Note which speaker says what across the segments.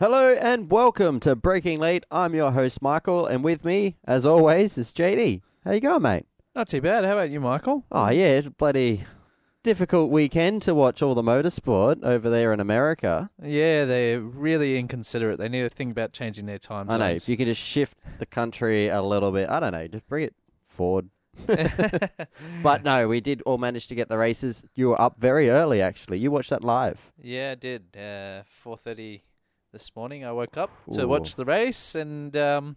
Speaker 1: Hello and welcome to Breaking Late. I'm your host Michael, and with me, as always, is JD. How you going, mate?
Speaker 2: Not too bad. How about you, Michael?
Speaker 1: Oh yeah, it's a bloody difficult weekend to watch all the motorsport over there in America.
Speaker 2: Yeah, they're really inconsiderate. They need to think about changing their time
Speaker 1: I know.
Speaker 2: zones.
Speaker 1: If you could just shift the country a little bit, I don't know, just bring it forward. but no, we did all manage to get the races. You were up very early, actually. You watched that live.
Speaker 2: yeah, I did. Uh, Four thirty this morning, I woke up
Speaker 1: Ooh.
Speaker 2: to watch the race, and um,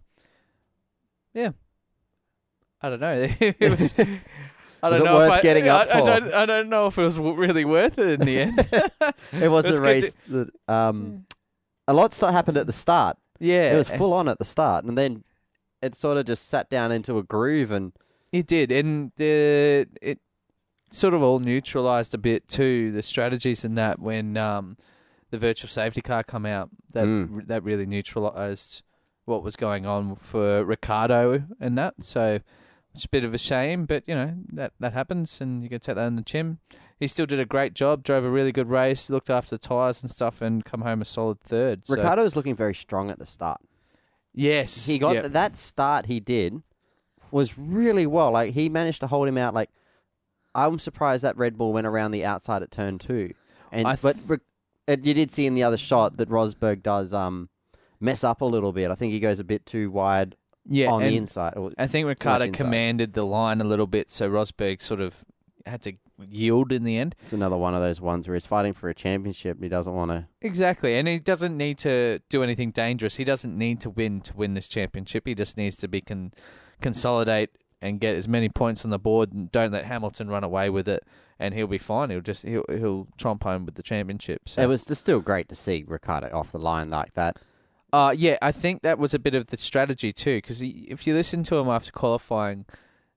Speaker 2: yeah, I don't know. it was, I
Speaker 1: Was
Speaker 2: don't
Speaker 1: it
Speaker 2: know
Speaker 1: worth
Speaker 2: if I,
Speaker 1: getting
Speaker 2: I,
Speaker 1: up
Speaker 2: I
Speaker 1: for?
Speaker 2: don't. I don't know if it was w- really worth it in the end.
Speaker 1: It was,
Speaker 2: It's
Speaker 1: a
Speaker 2: good to-
Speaker 1: race that um, a lot's that happened at the start.
Speaker 2: yeah,
Speaker 1: It was full on at the start, and then it sort of just sat down into a groove. And
Speaker 2: It did, and uh, it sort of all neutralised a bit too the strategies in that when um, the virtual safety car come out that
Speaker 1: Mm.
Speaker 2: that really neutralised what was going on for Ricardo and that. So it's a bit of a shame, but you know that that happens, and you can take that in the chin. He still did a great job, drove a really good race, looked after the tyres and stuff, and come home a solid third. So,
Speaker 1: Ricardo was looking very strong at the start.
Speaker 2: yes,
Speaker 1: He got
Speaker 2: yeah.
Speaker 1: that start he did was really well. Like he managed to hold him out. Like I'm surprised that Red Bull went around the outside at turn two. And
Speaker 2: I th-
Speaker 1: but Ri- and you did see in the other shot that Rosberg does um mess up a little bit. I think he goes a bit too wide
Speaker 2: yeah,
Speaker 1: on the
Speaker 2: and-
Speaker 1: inside. Or-
Speaker 2: I think Ricardo
Speaker 1: insight.
Speaker 2: commanded the line a little bit, so Rosberg sort of had to yield in the end.
Speaker 1: It's another one of those ones where he's fighting for a championship. and He doesn't want to.
Speaker 2: Exactly, and he doesn't need to do anything dangerous. He doesn't need to win to win this championship. He just needs to be con- consolidate and get as many points on the board, and don't let Hamilton run away with it, and he'll be fine. He'll just he'll he'll tromp home with the championship. So
Speaker 1: It was just still great to see Ricardo off the line like that.
Speaker 2: Uh, yeah, I think that was a bit of the strategy too, because if you listen to him after qualifying,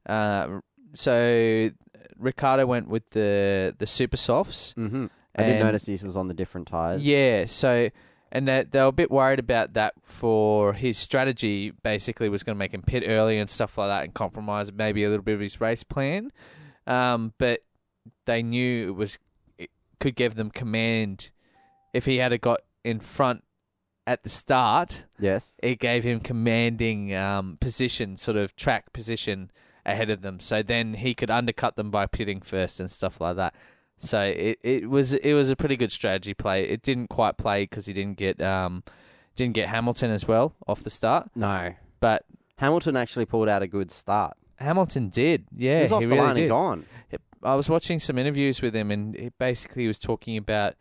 Speaker 2: uh, so Ricardo went with the the super softs.
Speaker 1: Mm-hmm. I did
Speaker 2: and-
Speaker 1: notice these was on the different tires.
Speaker 2: Yeah, so and that they were a bit worried about that for his strategy. Basically, was going to make him pit early and stuff like that, and compromise maybe a little bit of his race plan. Um, but they knew it was it could give them command if he had a got in front at the start
Speaker 1: Yes.
Speaker 2: it gave him commanding um, position, sort of track position ahead of them. So then he could undercut them by pitting first and stuff like that. So it, it was it was a pretty good strategy play. It didn't quite play because he didn't get um, didn't get Hamilton as well off the start,
Speaker 1: No.
Speaker 2: but
Speaker 1: Hamilton actually pulled out a good start.
Speaker 2: Hamilton did. Yeah,
Speaker 1: he was off the
Speaker 2: really
Speaker 1: line
Speaker 2: did.
Speaker 1: and gone.
Speaker 2: I was watching some interviews with him, and it basically he was talking about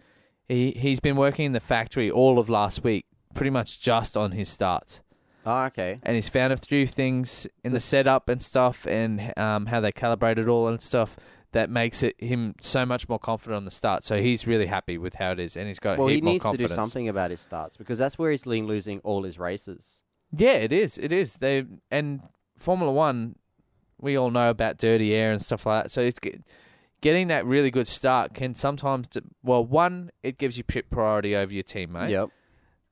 Speaker 2: he he's been working in the factory all of last week, pretty much just on his starts.
Speaker 1: Oh, okay.
Speaker 2: and he's found a few things in the setup and stuff and um, how they calibrate it all and stuff that makes it him so much more confident on the start. So he's really happy with how it is, and he's got
Speaker 1: Well,
Speaker 2: a heap
Speaker 1: he
Speaker 2: more
Speaker 1: needs to do
Speaker 2: confidence.
Speaker 1: something about his starts because that's where he's lean losing all his races.
Speaker 2: Yeah, it is. It is. They and Formula One, we all know about dirty air and stuff like that. So it's get- getting that really good start can sometimes d- well one it gives you pit priority over your teammate,
Speaker 1: Yep.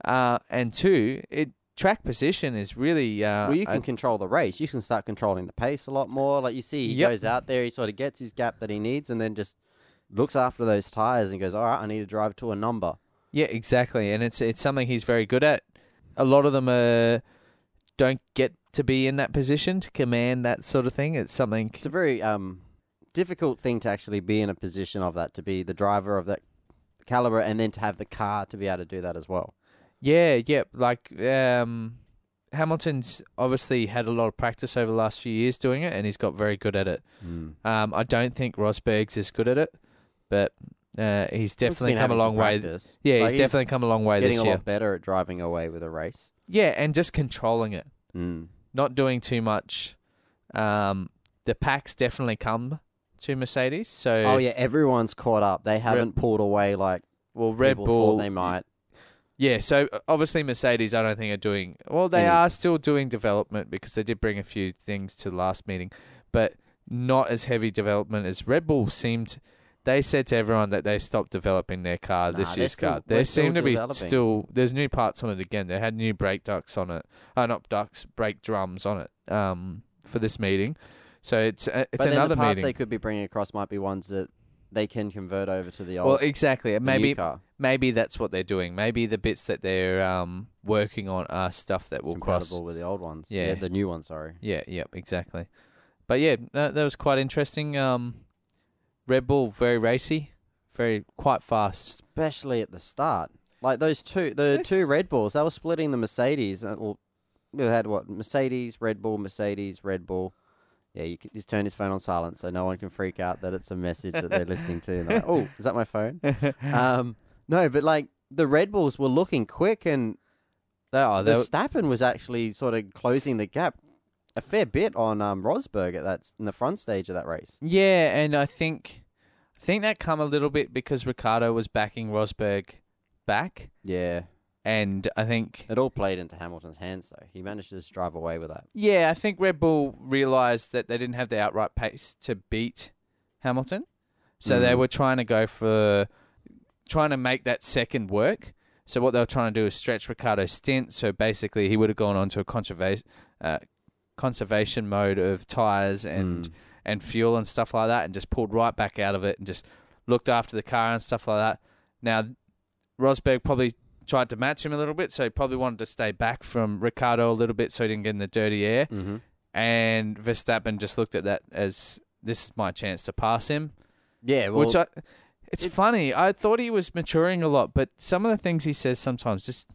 Speaker 2: uh, and two it track position is really uh,
Speaker 1: well, you
Speaker 2: a-
Speaker 1: can control the race. You can start controlling the pace a lot more. Like you see, he
Speaker 2: Yep.
Speaker 1: goes out there, he sort of gets his gap that he needs, and then just looks after those tires and goes, "All right, I need to drive to a number."
Speaker 2: Yeah, exactly, and it's it's something he's very good at. A lot of them uh, don't get to be in that position to command that sort of thing. It's something.
Speaker 1: It's a very um, difficult thing to actually be in a position of that, to be the driver of that caliber, and then to have the car to be able to do that as well.
Speaker 2: Yeah, yeah. Like um, Hamilton's obviously had a lot of practice over the last few years doing it, and he's got very good at it. Um, I don't think Rosberg's as good at it, but uh, he's definitely come a long way. Yeah, he's, definitely come a long way
Speaker 1: getting
Speaker 2: this
Speaker 1: a
Speaker 2: year.
Speaker 1: lot better at driving away with a race.
Speaker 2: Yeah, and just controlling it. not doing too much. Um, the packs definitely come to Mercedes. So,
Speaker 1: Oh yeah, everyone's caught up. They haven't pulled away like
Speaker 2: well, Red
Speaker 1: people
Speaker 2: Bull.
Speaker 1: thought they might.
Speaker 2: Yeah, so uh, obviously Mercedes, I don't think are doing. Well, they
Speaker 1: Any-
Speaker 2: are still doing development because they did bring a few things to the last meeting, but not as heavy development as Red Bull seemed. They said to everyone that they stopped developing their car
Speaker 1: Nah,
Speaker 2: this
Speaker 1: they're
Speaker 2: year's car.
Speaker 1: still-
Speaker 2: They
Speaker 1: we're still
Speaker 2: seem to be
Speaker 1: developing.
Speaker 2: still. There's new parts on it again. They had new brake ducts on it. Uh, not ducts, brake drums on it. Um, for this meeting, so it's uh, it's
Speaker 1: but then
Speaker 2: another
Speaker 1: the parts
Speaker 2: meeting.
Speaker 1: they could be bringing across might be ones that they can convert over to the old
Speaker 2: Well, exactly. And
Speaker 1: the new
Speaker 2: maybe
Speaker 1: car.
Speaker 2: maybe that's what they're doing. Maybe the bits that they're um, working on are stuff that will
Speaker 1: compatible
Speaker 2: cross.
Speaker 1: with the old ones.
Speaker 2: Yeah.
Speaker 1: the new ones. Sorry.
Speaker 2: Yeah, yeah, exactly. But yeah, that, that was quite interesting. Um, Red Bull very racy, very quite fast.
Speaker 1: especially at the start. Like those two, the two
Speaker 2: Yes.
Speaker 1: Red Bulls, they were splitting the Mercedes. uh, Well, we had what Mercedes, Red Bull, Mercedes, Red Bull. Yeah, you can just turn his phone on silent so no one can freak out that it's a message that they're listening to. And they're like, oh, is that my phone?
Speaker 2: Uh,
Speaker 1: Um, no, but like the Red Bulls were looking quick, and
Speaker 2: They are. They were,
Speaker 1: Verstappen was actually sort of closing the gap a fair bit on um, Rosberg at that s- in the front stage of that race.
Speaker 2: yeah, and I think I think that come a little bit because Ricardo was backing Rosberg back,
Speaker 1: Yeah,
Speaker 2: and I think
Speaker 1: it all played into Hamilton's hands though. He managed to just drive away with that.
Speaker 2: Yeah, I think Red Bull realized that they didn't have the outright pace to beat Hamilton. So they
Speaker 1: Mm.
Speaker 2: were trying to go for trying to make that second work. So what they were trying to do is stretch Ricardo's stint. So basically, he would have gone on to a conserva- uh, conservation mode of tires and
Speaker 1: Mm.
Speaker 2: and fuel and stuff like that, and just pulled right back out of it and just looked after the car and stuff like that. Now, Rosberg probably tried to match him a little bit, so he probably wanted to stay back from Ricardo a little bit so he didn't get in the dirty air.
Speaker 1: Mm-hmm.
Speaker 2: And Verstappen just looked at that as this is my chance to pass him,
Speaker 1: Yeah, well,
Speaker 2: which I. It's,
Speaker 1: it's-
Speaker 2: funny. I thought he was maturing a lot, but some of the things he says sometimes just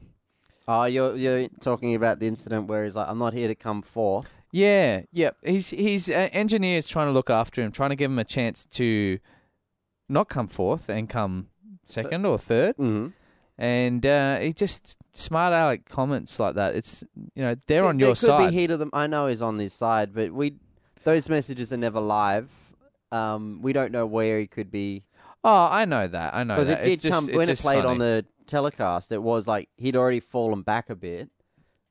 Speaker 1: Oh, you're you're talking about the incident where he's like, "I'm not here to come forth."
Speaker 2: yeah, yeah. He's he's uh, engineers trying to look after him, trying to give him a chance to not come fourth and come second or third.
Speaker 1: Mm-hmm.
Speaker 2: and uh, he just smart aleck comments like that. It's you know they're on your
Speaker 1: could
Speaker 2: side.
Speaker 1: Be heat of them. I know he's on his side, but we those messages are never live. Um, we don't know where he could be
Speaker 2: oh, I know that. I know
Speaker 1: because
Speaker 2: that.
Speaker 1: it did
Speaker 2: just,
Speaker 1: come
Speaker 2: it's
Speaker 1: when it
Speaker 2: just
Speaker 1: played
Speaker 2: funny.
Speaker 1: on the telecast. It was like he'd already fallen back a bit.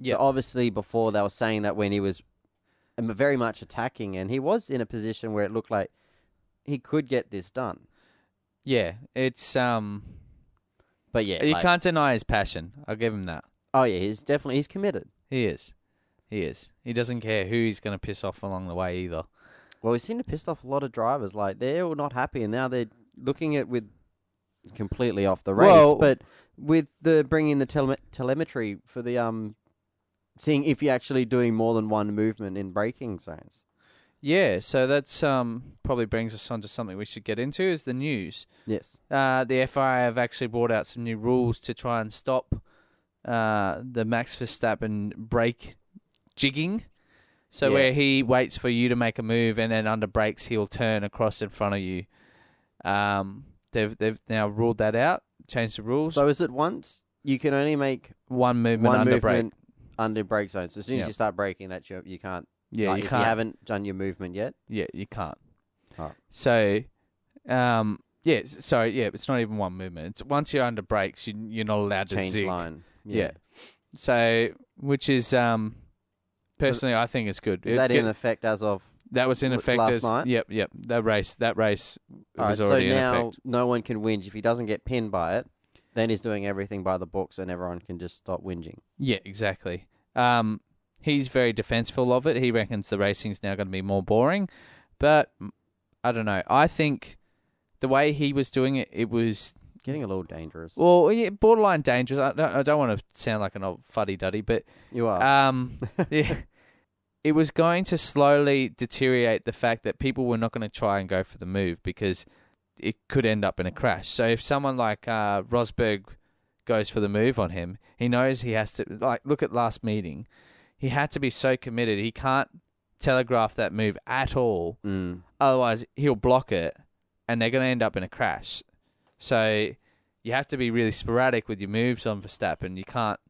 Speaker 2: Yeah.
Speaker 1: So obviously, before they were saying that when he was um, very much attacking, and he was in a position where it looked like he could get this done.
Speaker 2: yeah. It's um
Speaker 1: But yeah,
Speaker 2: you
Speaker 1: like-
Speaker 2: can't deny his passion. I'll give him that.
Speaker 1: Oh yeah, he's definitely he's committed.
Speaker 2: He is. He is. He doesn't care who he's going to piss off along the way either.
Speaker 1: Well, we've seen it pissed off a lot of drivers. Like they're all not happy, and now they're looking at with completely off the race.
Speaker 2: Well-
Speaker 1: but with the bringing the tele- telemetry for the um, seeing if you're actually doing more than one movement in braking zones.
Speaker 2: Yeah. So that's um probably brings us on to something we should get into is the news.
Speaker 1: Yes.
Speaker 2: Uh, the FIA have actually brought out some new rules to try and stop uh, the Max Verstappen brake jigging. So
Speaker 1: Yeah.
Speaker 2: where he waits for you to make a move and then under brakes he'll turn across in front of you. Um, they've they've now ruled that out, changed the rules.
Speaker 1: So is it once you can only make
Speaker 2: one movement
Speaker 1: one
Speaker 2: under brake.
Speaker 1: movement under brake zones? As soon
Speaker 2: Yeah.
Speaker 1: as you start braking, that you you can't.
Speaker 2: Yeah,
Speaker 1: like,
Speaker 2: you
Speaker 1: if
Speaker 2: can't.
Speaker 1: you haven't done your movement yet.
Speaker 2: yeah, you can't.
Speaker 1: Alright.
Speaker 2: So, um, yeah, s- sorry, yeah, it's not even one movement. It's once you're under brakes, you you're not allowed to
Speaker 1: Change
Speaker 2: zig.
Speaker 1: line.
Speaker 2: Yeah. So, which is um, personally, I think it's good.
Speaker 1: Is
Speaker 2: It
Speaker 1: that
Speaker 2: get-
Speaker 1: in effect as of?
Speaker 2: that was in
Speaker 1: l-
Speaker 2: effect
Speaker 1: last
Speaker 2: as,
Speaker 1: night?
Speaker 2: Yep, yep. That race, that race
Speaker 1: All right,
Speaker 2: was
Speaker 1: so
Speaker 2: already in
Speaker 1: now
Speaker 2: effect.
Speaker 1: no one can whinge if he doesn't get pinned by it. Then he's doing everything by the books, and everyone can just stop whinging.
Speaker 2: Yeah, exactly. Um, he's very defenseful of it. He reckons the racing's now going to be more boring, but mm, I don't know. I think the way he was doing it, it was
Speaker 1: Getting a little dangerous.
Speaker 2: well, yeah, borderline dangerous. I don't, I don't want to sound like an old fuddy duddy, but
Speaker 1: you are.
Speaker 2: um, yeah, it was going to slowly deteriorate the fact that people were not going to try and go for the move because it could end up in a crash. So if someone like uh, Rosberg goes for the move on him, he knows he has to. Like, look at last meeting, he had to be so committed. He can't telegraph that move at all.
Speaker 1: mm.
Speaker 2: Otherwise, he'll block it, and they're going to end up in a crash. So you have to be really sporadic with your moves on Verstappen. You can't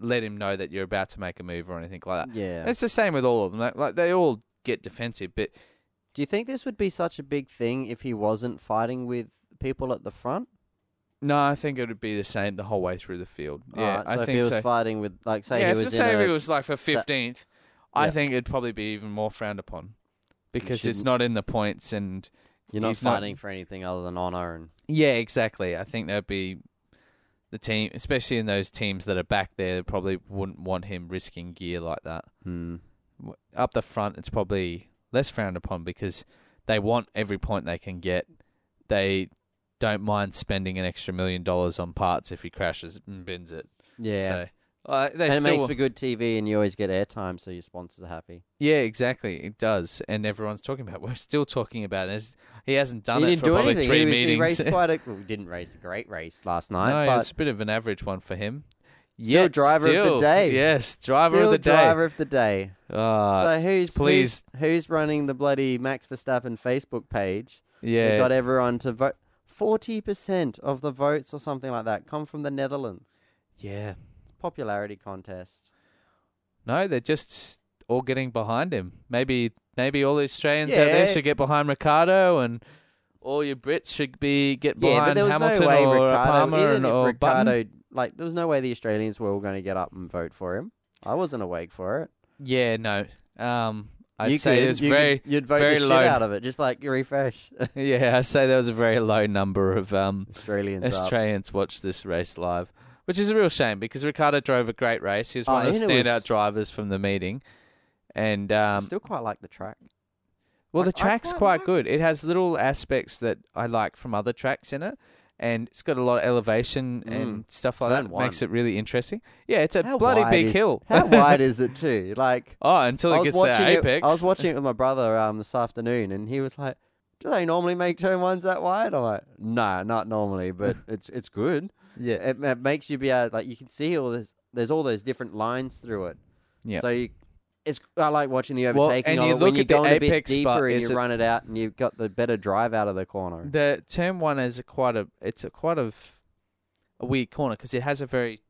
Speaker 2: let him know that you're about to make a move or anything like that.
Speaker 1: Yeah.
Speaker 2: It's the same with all of them. Like, like they all get defensive, but
Speaker 1: Do you think this would be such a big thing if he wasn't fighting with people at the front?
Speaker 2: no, I think it would be the same the whole way through the field. Yeah,
Speaker 1: Alright,
Speaker 2: I
Speaker 1: so if
Speaker 2: think
Speaker 1: he was
Speaker 2: so.
Speaker 1: fighting with, like, say
Speaker 2: yeah,
Speaker 1: he was
Speaker 2: if,
Speaker 1: in
Speaker 2: say
Speaker 1: a
Speaker 2: if it was like for
Speaker 1: sa-
Speaker 2: fifteenth, I
Speaker 1: Yeah.
Speaker 2: think it'd probably be even more frowned upon because it's
Speaker 1: shouldn't-
Speaker 2: not in the points and
Speaker 1: you're not
Speaker 2: he's not-
Speaker 1: fighting for anything other than honor and
Speaker 2: Yeah, exactly. I think that'd be the team, especially in those teams that are back there, they probably wouldn't want him risking gear like that.
Speaker 1: mm.
Speaker 2: W- Up the front, it's probably less frowned upon because they want every point they can get. they don't mind spending an extra million dollars on parts if he crashes and bins it.
Speaker 1: Yeah.
Speaker 2: So, uh, they
Speaker 1: and it
Speaker 2: still,
Speaker 1: makes for good TV, and you always get airtime, so your sponsors are happy.
Speaker 2: yeah, exactly. It does, and everyone's talking about. it. We're still talking about it. It's- He hasn't done
Speaker 1: he
Speaker 2: it
Speaker 1: didn't
Speaker 2: for
Speaker 1: do
Speaker 2: probably
Speaker 1: anything.
Speaker 2: three
Speaker 1: he, was,
Speaker 2: meetings.
Speaker 1: he raced quite a. Well, he didn't race a great race last night,
Speaker 2: no,
Speaker 1: but
Speaker 2: it's a bit of an average one for him.
Speaker 1: Still
Speaker 2: Yet
Speaker 1: driver of the
Speaker 2: still,
Speaker 1: day.
Speaker 2: Yes, driver
Speaker 1: still
Speaker 2: of the day.
Speaker 1: driver of the day.
Speaker 2: Ah,
Speaker 1: so who's
Speaker 2: please-
Speaker 1: who's, who's running the bloody Max Verstappen Facebook page?
Speaker 2: yeah.
Speaker 1: They got everyone to vote. Forty percent of the votes, or something like that, come from the Netherlands.
Speaker 2: yeah.
Speaker 1: It's a popularity contest.
Speaker 2: No, they're just all getting behind him. Maybe maybe all the Australians out
Speaker 1: Yeah.
Speaker 2: there should get behind Ricardo and all your Brits should be get behind
Speaker 1: yeah, but there was
Speaker 2: Hamilton
Speaker 1: no way
Speaker 2: or
Speaker 1: Ricardo,
Speaker 2: Palmer
Speaker 1: even
Speaker 2: and,
Speaker 1: if
Speaker 2: or
Speaker 1: Ricardo,
Speaker 2: Button.
Speaker 1: like, there was no way the Australians were all going to get up and vote for him. I wasn't awake for it.
Speaker 2: Yeah, no. Um I'd
Speaker 1: you
Speaker 2: say
Speaker 1: could,
Speaker 2: there's
Speaker 1: you
Speaker 2: very
Speaker 1: could, you'd vote
Speaker 2: very
Speaker 1: the
Speaker 2: low.
Speaker 1: shit out of it, just like you refresh.
Speaker 2: yeah, I say there was a very low number of um
Speaker 1: Australians up.
Speaker 2: Australians watched this race live, which is a real shame because Ricardo drove a great race. He was
Speaker 1: Oh,
Speaker 2: one of the
Speaker 1: and it was-
Speaker 2: standout drivers from the meeting. And
Speaker 1: I
Speaker 2: um,
Speaker 1: Still quite like the track.
Speaker 2: Well,
Speaker 1: I-
Speaker 2: the
Speaker 1: I
Speaker 2: track's
Speaker 1: quite
Speaker 2: quite
Speaker 1: like-
Speaker 2: good. It has little aspects that I like from other tracks in it, and it's got a lot of elevation
Speaker 1: Mm.
Speaker 2: and stuff like
Speaker 1: Turn
Speaker 2: that.
Speaker 1: one.
Speaker 2: Makes it really interesting. Yeah, it's a
Speaker 1: How
Speaker 2: bloody
Speaker 1: wide
Speaker 2: big
Speaker 1: is-
Speaker 2: hill.
Speaker 1: How wide is it too? Like
Speaker 2: oh, until
Speaker 1: I
Speaker 2: it
Speaker 1: was
Speaker 2: gets to
Speaker 1: watching
Speaker 2: the
Speaker 1: it.
Speaker 2: apex.
Speaker 1: I was watching it with my brother um this afternoon, and he was like, "Do they normally make turn ones that wide?" I'm like, "Nah, not normally, but it's it's good.
Speaker 2: yeah,
Speaker 1: It, it makes you be able like you can see all this. There's all those different lines through it.
Speaker 2: Yeah.
Speaker 1: So you, it's I like watching the
Speaker 2: Well,
Speaker 1: overtaking
Speaker 2: and
Speaker 1: on
Speaker 2: you
Speaker 1: it when
Speaker 2: look
Speaker 1: you
Speaker 2: at the
Speaker 1: go in a bit
Speaker 2: apex spot,
Speaker 1: deeper and
Speaker 2: is
Speaker 1: you
Speaker 2: it-
Speaker 1: run it out, and you've got the better drive out of the corner.
Speaker 2: the term one is a quite a. It's a quite a, a weird corner because it has a very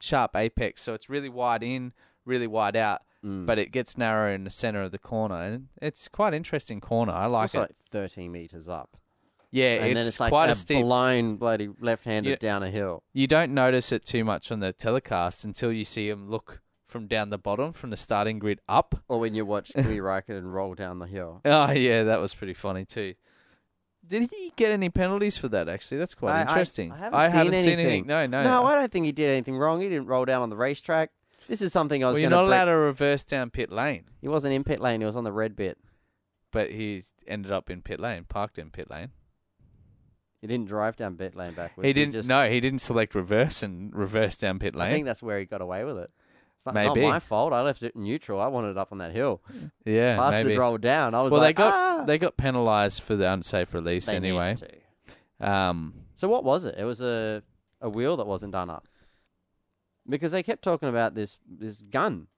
Speaker 2: sharp apex, so it's really wide in, really wide out,
Speaker 1: Mm.
Speaker 2: but it gets narrow in the center of the corner, and it's quite interesting corner. I like
Speaker 1: it's
Speaker 2: it.
Speaker 1: also like 13 meters up,
Speaker 2: yeah,
Speaker 1: and
Speaker 2: it's,
Speaker 1: then it's like
Speaker 2: quite
Speaker 1: a,
Speaker 2: a steep
Speaker 1: blind bloody left-handed
Speaker 2: Yeah.
Speaker 1: down a hill.
Speaker 2: you don't notice it too much on the telecast until you see him look from down the bottom, from the starting grid up.
Speaker 1: Or when you watch Kimi Raikkonen roll down the hill.
Speaker 2: Oh yeah, that was pretty funny too. Did he get any penalties for that? Actually, that's quite
Speaker 1: I- I-
Speaker 2: interesting.
Speaker 1: I haven't seen anything.
Speaker 2: No, no.
Speaker 1: No, I don't think he did anything wrong. He didn't roll down on the racetrack. This is something I was
Speaker 2: well, you're
Speaker 1: going
Speaker 2: not
Speaker 1: to.
Speaker 2: allowed to reverse down pit lane,
Speaker 1: He wasn't in pit lane. He was on the red bit.
Speaker 2: but he ended up in pit lane, parked in pit lane.
Speaker 1: He didn't drive down pit lane backwards.
Speaker 2: he didn't.
Speaker 1: just,
Speaker 2: no, he didn't select reverse and reverse down pit
Speaker 1: I think
Speaker 2: lane.
Speaker 1: that's where he got away with it. It's not, not
Speaker 2: Maybe.
Speaker 1: my fault. I left it neutral. I wanted it up on that hill.
Speaker 2: yeah,
Speaker 1: Bastard
Speaker 2: maybe.
Speaker 1: rolled down. I was
Speaker 2: Well,
Speaker 1: like,
Speaker 2: they got
Speaker 1: ah!
Speaker 2: they got penalised for the unsafe release
Speaker 1: They needed
Speaker 2: anyway.
Speaker 1: to.
Speaker 2: Um,
Speaker 1: So what was it? It was a a wheel that wasn't done up. Because they kept talking about this this gun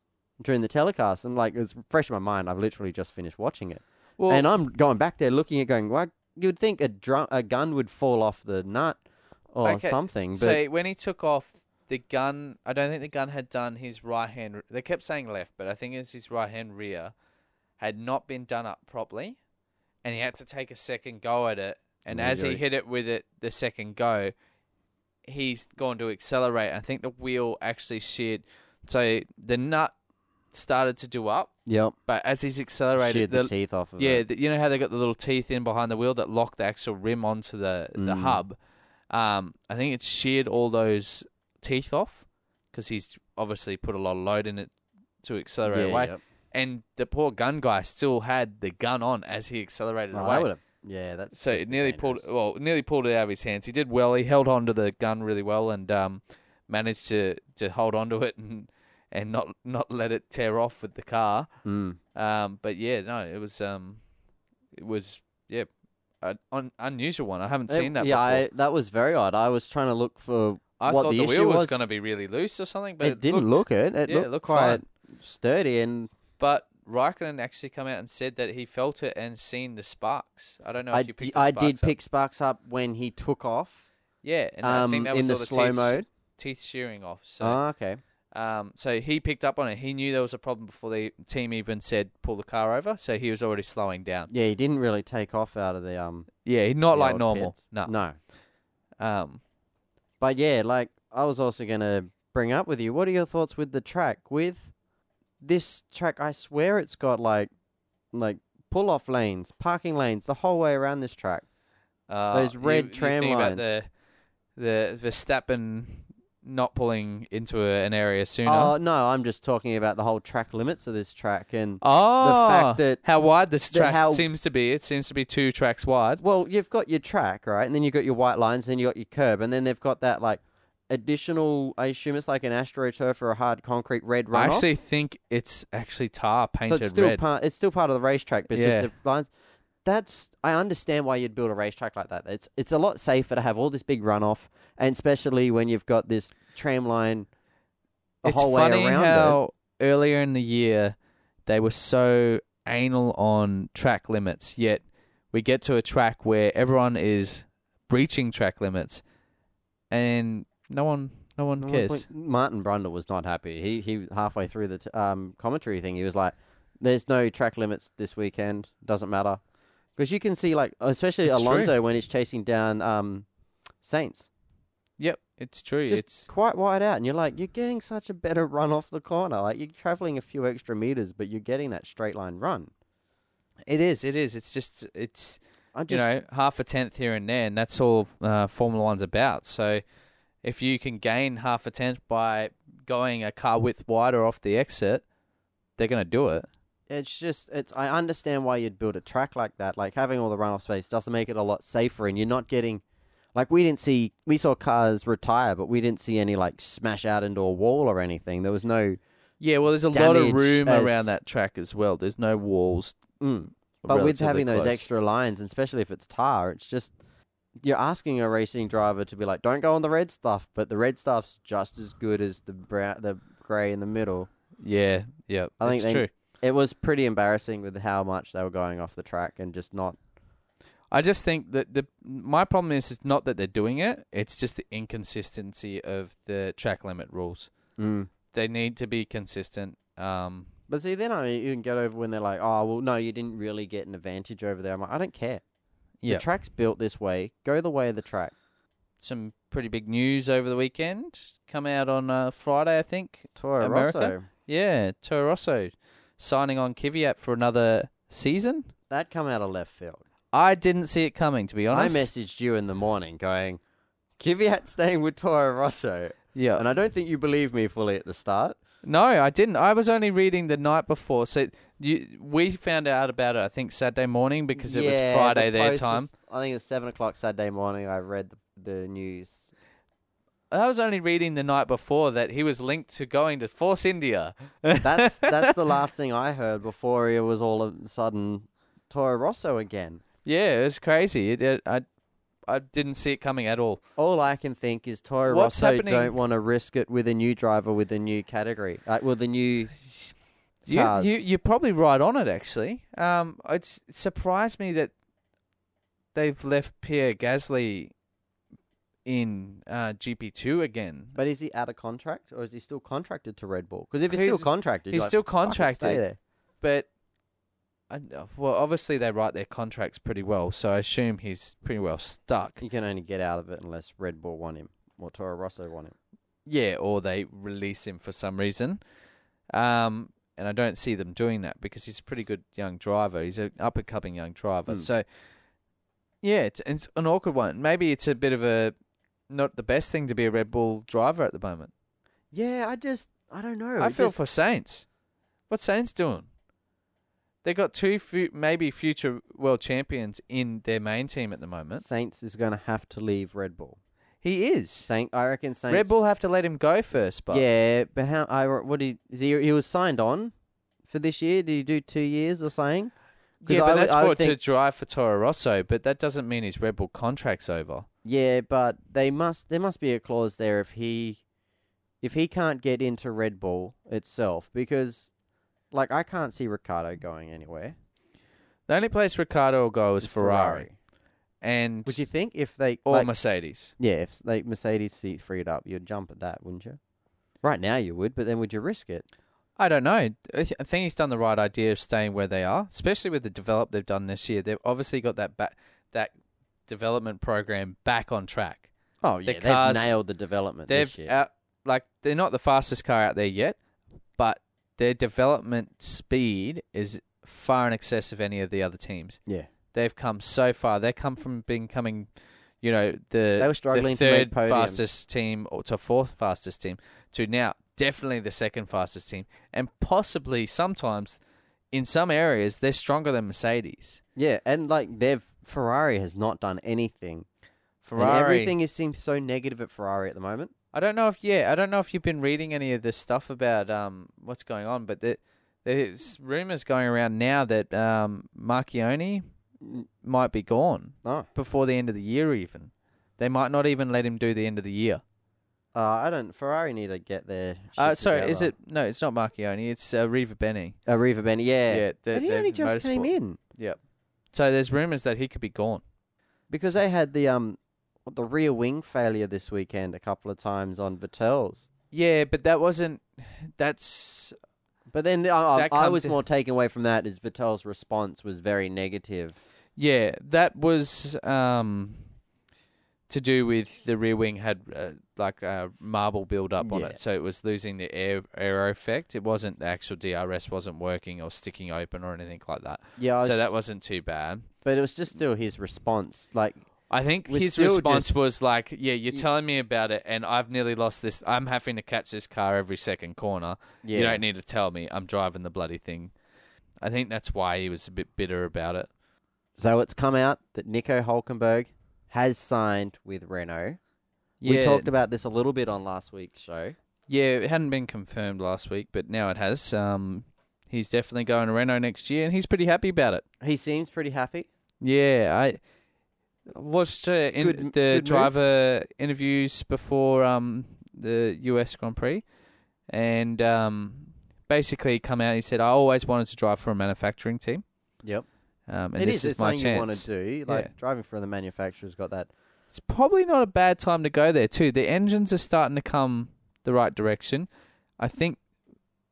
Speaker 1: during the telecast, and like it's fresh in my mind. I've literally just finished watching it.
Speaker 2: well,
Speaker 1: and I'm going back there looking at going, why you'd think a drum, a gun would fall off the nut or
Speaker 2: Okay,
Speaker 1: something, but
Speaker 2: So when he took off the gun, I don't think the gun had done his right hand. They kept saying left, but I think it's his right hand rear had not been done up properly, and he had to take a second go at it. And
Speaker 1: Yeah,
Speaker 2: as he
Speaker 1: you're-
Speaker 2: hit it with it, the second go, he's gone to accelerate. I think the wheel actually sheared, so the nut started to do up,
Speaker 1: yep,
Speaker 2: but as he's
Speaker 1: sheared
Speaker 2: accelerated,
Speaker 1: the,
Speaker 2: the,
Speaker 1: teeth off of
Speaker 2: yeah,
Speaker 1: it.
Speaker 2: the, you know how they got the little teeth in behind the wheel that lock the actual rim onto the the
Speaker 1: Mm.
Speaker 2: hub. Um, I think it's sheared all those teeth off because he's obviously put a lot of load in it to accelerate
Speaker 1: yeah,
Speaker 2: away.
Speaker 1: yep.
Speaker 2: And the poor gun guy still had the gun on as he accelerated
Speaker 1: Well, Oh, that
Speaker 2: away.
Speaker 1: would have, yeah, that's
Speaker 2: so
Speaker 1: just
Speaker 2: it
Speaker 1: been
Speaker 2: nearly pulled
Speaker 1: dangerous.
Speaker 2: well, it nearly pulled it out of his hands. He did well. He held on to the gun really well and um, managed to to hold onto it and and not not let it tear off with the car.
Speaker 1: Mm.
Speaker 2: Um, but yeah, no, it was um, it was yeah, an un- unusual one. I haven't seen that.
Speaker 1: yeah,
Speaker 2: before.
Speaker 1: I, that was very odd. I was trying to look for,
Speaker 2: I,
Speaker 1: what
Speaker 2: thought
Speaker 1: the
Speaker 2: the,
Speaker 1: issue
Speaker 2: wheel was,
Speaker 1: was-
Speaker 2: going to be really loose or something, but
Speaker 1: it,
Speaker 2: it,
Speaker 1: didn't look
Speaker 2: looked-
Speaker 1: it. It
Speaker 2: yeah, it
Speaker 1: looked,
Speaker 2: looked
Speaker 1: quite sturdy, and
Speaker 2: But Raikkonen actually come out and said that he felt it and seen the sparks. I don't know
Speaker 1: I,
Speaker 2: if you
Speaker 1: d-
Speaker 2: picked. The
Speaker 1: I
Speaker 2: sparks
Speaker 1: did
Speaker 2: up.
Speaker 1: pick sparks up when he took off
Speaker 2: Yeah, and I think
Speaker 1: um,
Speaker 2: that
Speaker 1: in
Speaker 2: was
Speaker 1: the
Speaker 2: all the
Speaker 1: slow
Speaker 2: teeth,
Speaker 1: mode.
Speaker 2: teeth shearing off. So
Speaker 1: Oh, okay.
Speaker 2: Um, so he picked up on it. He knew there was a problem before the team even said pull the car over. So he was already slowing down.
Speaker 1: Yeah, he didn't really take off out of the um.
Speaker 2: Yeah, he not
Speaker 1: the
Speaker 2: like
Speaker 1: old
Speaker 2: normal.
Speaker 1: pits.
Speaker 2: No.
Speaker 1: no.
Speaker 2: Um,
Speaker 1: But yeah, like I was also gonna bring up with you. What are your thoughts with the track? With this track, I swear it's got like, like pull off lanes, parking lanes, the whole way around this track.
Speaker 2: Uh,
Speaker 1: Those red
Speaker 2: you,
Speaker 1: tram
Speaker 2: you think
Speaker 1: lines.
Speaker 2: About the the Verstappen not pulling into a, an area sooner.
Speaker 1: Oh no, I'm just talking about the whole track limits of this track and
Speaker 2: Oh,
Speaker 1: the fact that
Speaker 2: how wide this
Speaker 1: the
Speaker 2: track
Speaker 1: how-
Speaker 2: seems to be. It seems to be two tracks wide.
Speaker 1: well, you've got your track right, and then you've got your white lines, and then you got your curb, and then they've got that like additional. I assume it's like an astroturf or a hard concrete red runoff.
Speaker 2: I actually think it's actually tar
Speaker 1: so
Speaker 2: painted
Speaker 1: it's still
Speaker 2: red.
Speaker 1: part. It's still part of the racetrack, but it's
Speaker 2: Yeah.
Speaker 1: just the lines. That's I understand why you'd build a racetrack like that. It's it's a lot safer to have all this big runoff, and especially when you've got this tram line the
Speaker 2: it's
Speaker 1: whole way
Speaker 2: funny
Speaker 1: around it.
Speaker 2: how earlier in the year they were so anal on track limits, yet we get to a track where everyone is breaching track limits, and no one, no one
Speaker 1: At one
Speaker 2: cares.
Speaker 1: point, Martin Brundle was not happy. He he halfway through the t- um, commentary thing, he was like, "There's no track limits this weekend. Doesn't matter." Because you can see, like, especially
Speaker 2: It's true.
Speaker 1: Alonso when he's chasing down um, Saints,
Speaker 2: Yep, it's true.
Speaker 1: just
Speaker 2: it's
Speaker 1: quite wide out, and you're like, "You're getting such a better run off the corner. Like, you're traveling a few extra meters, but you're getting that straight line run."
Speaker 2: it is, it is. It's just, it's
Speaker 1: I just
Speaker 2: you know half a tenth here and there, and that's all uh, Formula One's about. So if you can gain half a tenth by going a car width wider off the exit, they're going to do it.
Speaker 1: it's just it's I understand why you'd build a track like that. Like having all the runoff space doesn't make it a lot safer and you're not getting like we didn't see we saw cars retire, but we didn't see any like smash out into a wall or anything. There was no
Speaker 2: Yeah, well, there's a lot
Speaker 1: damage
Speaker 2: of room
Speaker 1: as-
Speaker 2: around that track as well. There's no walls.
Speaker 1: mm. but with
Speaker 2: relatively
Speaker 1: having those
Speaker 2: close.
Speaker 1: extra lines, and especially if it's tar, it's just you're asking a racing driver to be like, Don't go on the red stuff, but the red stuff's just as good as the brown the grey in the middle.
Speaker 2: yeah, yeah,
Speaker 1: I think
Speaker 2: that's
Speaker 1: they-
Speaker 2: true.
Speaker 1: It was pretty embarrassing with how much they were going off the track and just not
Speaker 2: I just think that the my problem is it's not that they're doing it; it's just the inconsistency of the track limit rules.
Speaker 1: mm.
Speaker 2: They need to be consistent. Um,
Speaker 1: But see, then I even get over when they're like, "Oh, well, no, you didn't really get an advantage over there." I'm like, I don't care.
Speaker 2: yeah,
Speaker 1: The track's built this way. Go the way of the track.
Speaker 2: some pretty big news over the weekend. Come out on uh, Friday, I think.
Speaker 1: Toro
Speaker 2: America?
Speaker 1: Rosso.
Speaker 2: Yeah, Toro Rosso signing on Kvyat for another season.
Speaker 1: That come out of left field.
Speaker 2: I didn't see it coming, to be honest.
Speaker 1: I messaged you in the morning going, "Kvyat staying with Toro Rosso,"
Speaker 2: Yeah,
Speaker 1: and I don't think you believed me fully at the start.
Speaker 2: No, I didn't. I was only reading the night before. So you, we found out about it. I think Saturday morning because it
Speaker 1: Yeah,
Speaker 2: was Friday
Speaker 1: the
Speaker 2: their
Speaker 1: post
Speaker 2: time.
Speaker 1: was- I think it was seven o'clock Saturday morning. I read the, the news.
Speaker 2: I was only reading the night before that he was linked to going to Force India.
Speaker 1: That's that's the last thing I heard before it was all of a sudden Toro Rosso again.
Speaker 2: Yeah, it was crazy. It, it, I, I didn't see it coming at all.
Speaker 1: All I can think is Toro
Speaker 2: What's
Speaker 1: Rosso
Speaker 2: happening-
Speaker 1: don't want to risk it with a new driver with a new category, like with a new.
Speaker 2: You,
Speaker 1: Cars.
Speaker 2: you, you're probably right on it. Actually, um, it's it surprised me that they've left Pierre Gasly in uh, GP two again.
Speaker 1: But is he out of contract, or is he still contracted to Red Bull? Because if he's,
Speaker 2: He's-
Speaker 1: still contracted,
Speaker 2: he's
Speaker 1: like,
Speaker 2: still
Speaker 1: "Fuck it, stay
Speaker 2: contracted.
Speaker 1: there."
Speaker 2: but I, well, obviously they write their contracts pretty well, so I assume he's pretty well stuck.
Speaker 1: You can only get out of it unless Red Bull want him or Toro Rosso want him.
Speaker 2: Yeah, or they release him for some reason. Um, and I don't see them doing that because he's a pretty good young driver. He's an up and coming young driver.
Speaker 1: Hmm.
Speaker 2: So, yeah, it's, it's an awkward one. Maybe it's a bit of a not the best thing to be a Red Bull driver at the moment.
Speaker 1: Yeah, I just I don't know.
Speaker 2: I
Speaker 1: It
Speaker 2: feel
Speaker 1: just-
Speaker 2: for Saints. What's Saints doing? They got two, fu- maybe future world champions in their main team at the moment.
Speaker 1: Saints is going to have to leave Red Bull.
Speaker 2: He is.
Speaker 1: Saint, I reckon Saints.
Speaker 2: Red Bull have to let him go first, but
Speaker 1: Yeah, but how? I what he is he? He was signed on for this year. Did he do two years or something? 'Cause
Speaker 2: yeah, but
Speaker 1: I would-
Speaker 2: that's
Speaker 1: I would
Speaker 2: for to
Speaker 1: think-
Speaker 2: drive for Toro Rosso, but that doesn't mean his Red Bull contract's over.
Speaker 1: Yeah, but they must there must be a clause there if he if he can't get into Red Bull itself because like I can't see Ricardo going anywhere.
Speaker 2: The only place Ricardo will go is
Speaker 1: It's
Speaker 2: Ferrari, and
Speaker 1: Would you think if they
Speaker 2: or
Speaker 1: like,
Speaker 2: Mercedes.
Speaker 1: yeah, if like Mercedes seat freed up, you'd jump at that, wouldn't you? Right now you would, but then would you risk it?
Speaker 2: I don't know. I th- I think he's done the right idea of staying where they are, especially with the develop they've done this year. They've obviously got that ba- that development program back on track.
Speaker 1: Oh
Speaker 2: The
Speaker 1: yeah,
Speaker 2: cars-
Speaker 1: they've nailed the development
Speaker 2: They've
Speaker 1: this year.
Speaker 2: out, like they're not the fastest car out there yet, but their development speed is far in excess of any of the other teams.
Speaker 1: yeah.
Speaker 2: they've come so far. They come from being coming, you know the
Speaker 1: They were struggling
Speaker 2: the
Speaker 1: to make
Speaker 2: third
Speaker 1: podiums.
Speaker 2: fastest team or to fourth fastest team to now definitely the second fastest team and possibly sometimes in some areas they're stronger than Mercedes.
Speaker 1: Yeah, and like they've Ferrari has not done anything. And
Speaker 2: Ferrari.
Speaker 1: everything is seems so negative at Ferrari at the moment.
Speaker 2: I don't know if yeah, I don't know if you've been reading any of this stuff about um what's going on, but there, there's rumors going around now that um Marchione might be gone
Speaker 1: Oh,
Speaker 2: before the end of the year. Even they might not even let him do the end of the year.
Speaker 1: uh, I don't. Ferrari need to get their. Shit
Speaker 2: Uh, sorry, is
Speaker 1: together.
Speaker 2: it no? It's not Marchione. It's uh, Riva Benny.
Speaker 1: uh, Riva Benny? Yeah,
Speaker 2: Yeah, the-
Speaker 1: and he
Speaker 2: the
Speaker 1: only just came
Speaker 2: motorsport.
Speaker 1: in
Speaker 2: So there's rumors that he could be gone.
Speaker 1: because
Speaker 2: So-
Speaker 1: they had the um the rear wing failure this weekend a couple of times on Vettel's.
Speaker 2: Yeah, but that wasn't. That's
Speaker 1: But then the, I,
Speaker 2: That
Speaker 1: I
Speaker 2: comes
Speaker 1: was
Speaker 2: in-
Speaker 1: more taken away from that is Vettel's response was very negative.
Speaker 2: Yeah, that was um, to do with the rear wing had uh, like a marble build up on
Speaker 1: Yeah.
Speaker 2: it, so it was losing the air aero effect. It wasn't the actual DRS wasn't working or sticking open or anything like that.
Speaker 1: Yeah, I was,
Speaker 2: so that wasn't too bad.
Speaker 1: but it was just still his response. Like,
Speaker 2: I think
Speaker 1: We're
Speaker 2: his
Speaker 1: still
Speaker 2: response was like, "Yeah, you're
Speaker 1: Y-
Speaker 2: telling me about it, and I've nearly lost this. I'm having to catch this car every second corner.
Speaker 1: yeah,
Speaker 2: You don't need to tell me. I'm driving the bloody thing." I think that's why he was a bit bitter about it.
Speaker 1: So it's come out that Nico Hulkenberg has signed with Renault. We
Speaker 2: Yeah.
Speaker 1: talked about this a little bit on last week's show.
Speaker 2: Yeah, it hadn't been confirmed last week, but now it has. Um, he's definitely going to Renault next year, and he's pretty happy about it.
Speaker 1: He seems pretty happy.
Speaker 2: Yeah, I watched uh,
Speaker 1: a
Speaker 2: in,
Speaker 1: good m-
Speaker 2: the
Speaker 1: good move.
Speaker 2: driver interviews before um, the US Grand Prix, and um, basically he come out. and He said, "I always wanted to drive for a manufacturing team,
Speaker 1: Yep.
Speaker 2: um, and
Speaker 1: It
Speaker 2: this
Speaker 1: is,
Speaker 2: is,
Speaker 1: it's
Speaker 2: my
Speaker 1: something you want
Speaker 2: chance."
Speaker 1: to do. Like
Speaker 2: Yeah.
Speaker 1: driving for the manufacturer's got that.
Speaker 2: It's probably not a bad time to go there too. The engines are starting to come the right direction. I think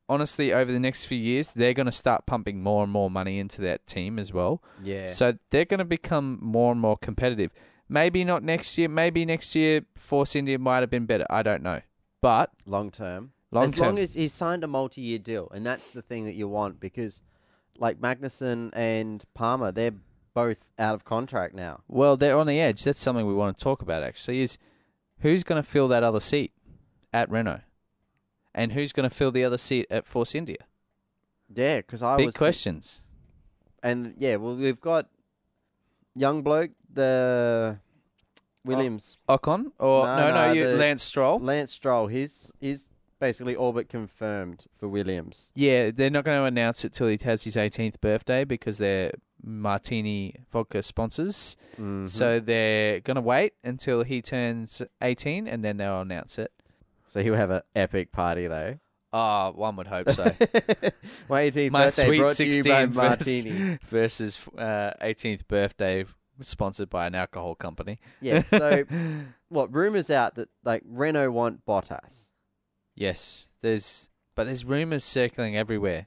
Speaker 2: honestly over the next few years they're going to start pumping more and more money into that team as well.
Speaker 1: Yeah.
Speaker 2: So they're going to become more and more competitive. Maybe not next year, maybe next year Force India might have been better. I don't know. But
Speaker 1: long term.
Speaker 2: long
Speaker 1: as
Speaker 2: term
Speaker 1: long as he's signed a multi-year deal, and that's the thing that you want because, like Magnussen and Palmer, they're both out of contract now.
Speaker 2: well they're on the edge. That's something we want to talk about actually is who's going to fill that other seat at Renault? And who's going to fill the other seat at Force India?
Speaker 1: Yeah, because I
Speaker 2: Big
Speaker 1: was
Speaker 2: questions.
Speaker 1: and yeah, well, we've got young bloke the Williams
Speaker 2: Ocon or
Speaker 1: No,
Speaker 2: no, no,
Speaker 1: no,
Speaker 2: you,
Speaker 1: the-
Speaker 2: Lance Stroll.
Speaker 1: Lance Stroll. He's he's basically all but confirmed for Williams.
Speaker 2: Yeah, they're not going to announce it till he has his 18th birthday because they're Martini Vodka sponsors.
Speaker 1: Mm-hmm.
Speaker 2: So they're going to wait until he turns 18 and then they'll announce it.
Speaker 1: so he'll have an epic party though.
Speaker 2: Ah, one would hope so.
Speaker 1: My 18th
Speaker 2: My
Speaker 1: birthday
Speaker 2: sweet
Speaker 1: brought to you by
Speaker 2: 16 first.
Speaker 1: Martini.
Speaker 2: Versus uh, 18th birthday sponsored by an alcohol company.
Speaker 1: yeah. So what? Rumors out that like Renault want Bottas.
Speaker 2: Yes, there's but there's rumors circling everywhere.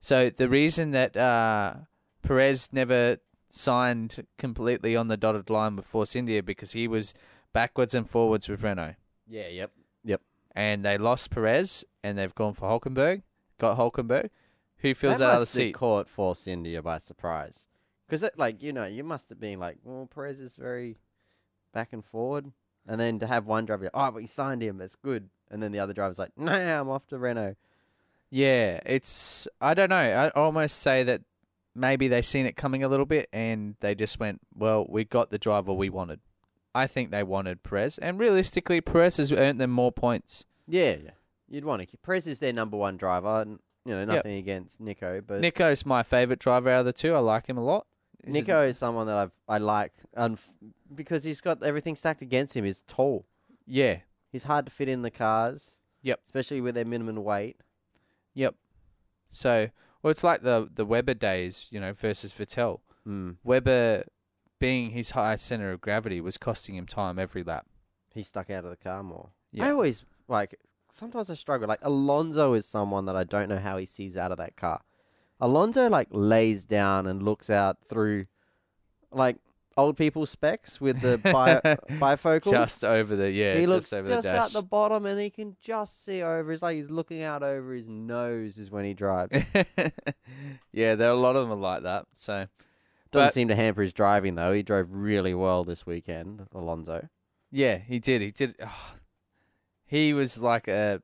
Speaker 2: So the reason that uh, Perez never signed completely on the dotted line with Force India because he was backwards and forwards with Renault,
Speaker 1: Yeah. Yep.
Speaker 2: and they lost Perez, and they've gone for Hulkenberg. Got Hulkenberg, who
Speaker 1: Feels
Speaker 2: fills that,
Speaker 1: that
Speaker 2: other
Speaker 1: must have
Speaker 2: seat.
Speaker 1: caught Force India by surprise. Because, like, you know, you must have been like, well, Perez is very back and forward. And then to have one driver, be like, oh, we signed him, that's good. And then the other driver's like, nah, I'm off to Renault.
Speaker 2: Yeah, it's I don't know. I almost say that maybe they seen it coming a little bit and they just went, "Well, we got the driver we wanted." I think they wanted Perez, and realistically, Perez has earned them more points.
Speaker 1: Yeah, yeah. You'd want to. Perez is their number one driver. And, you know, nothing against Nico, but
Speaker 2: Nico's my favorite driver out of the two. I like him a lot. He's a-
Speaker 1: Nico is someone that I've, I like unf- because he's got everything stacked against him. He's tall,
Speaker 2: yeah,
Speaker 1: he's hard to fit in the cars.
Speaker 2: Yep.
Speaker 1: Especially with their minimum weight.
Speaker 2: yep. So, well, it's like the the Weber days, you know, versus Vettel.
Speaker 1: Mm.
Speaker 2: Weber, being his high center of gravity, was costing him time every lap.
Speaker 1: He stuck out of the car more. I
Speaker 2: Yeah,
Speaker 1: always like sometimes I struggle. Like Alonso is someone that I don't know how he sees out of that car. Alonso like lays down and looks out through like old people specs with the bi- bifocals.
Speaker 2: just over the yeah,
Speaker 1: he looks
Speaker 2: just over the dash.
Speaker 1: out the bottom and he can just see over. It's like he's looking out over his nose is when he drives.
Speaker 2: yeah, there are a lot of them are like that. So,
Speaker 1: Doesn't
Speaker 2: But-
Speaker 1: seem to hamper his driving though. He drove really well this weekend, Alonso.
Speaker 2: Yeah, he did. He did. ah. he was like a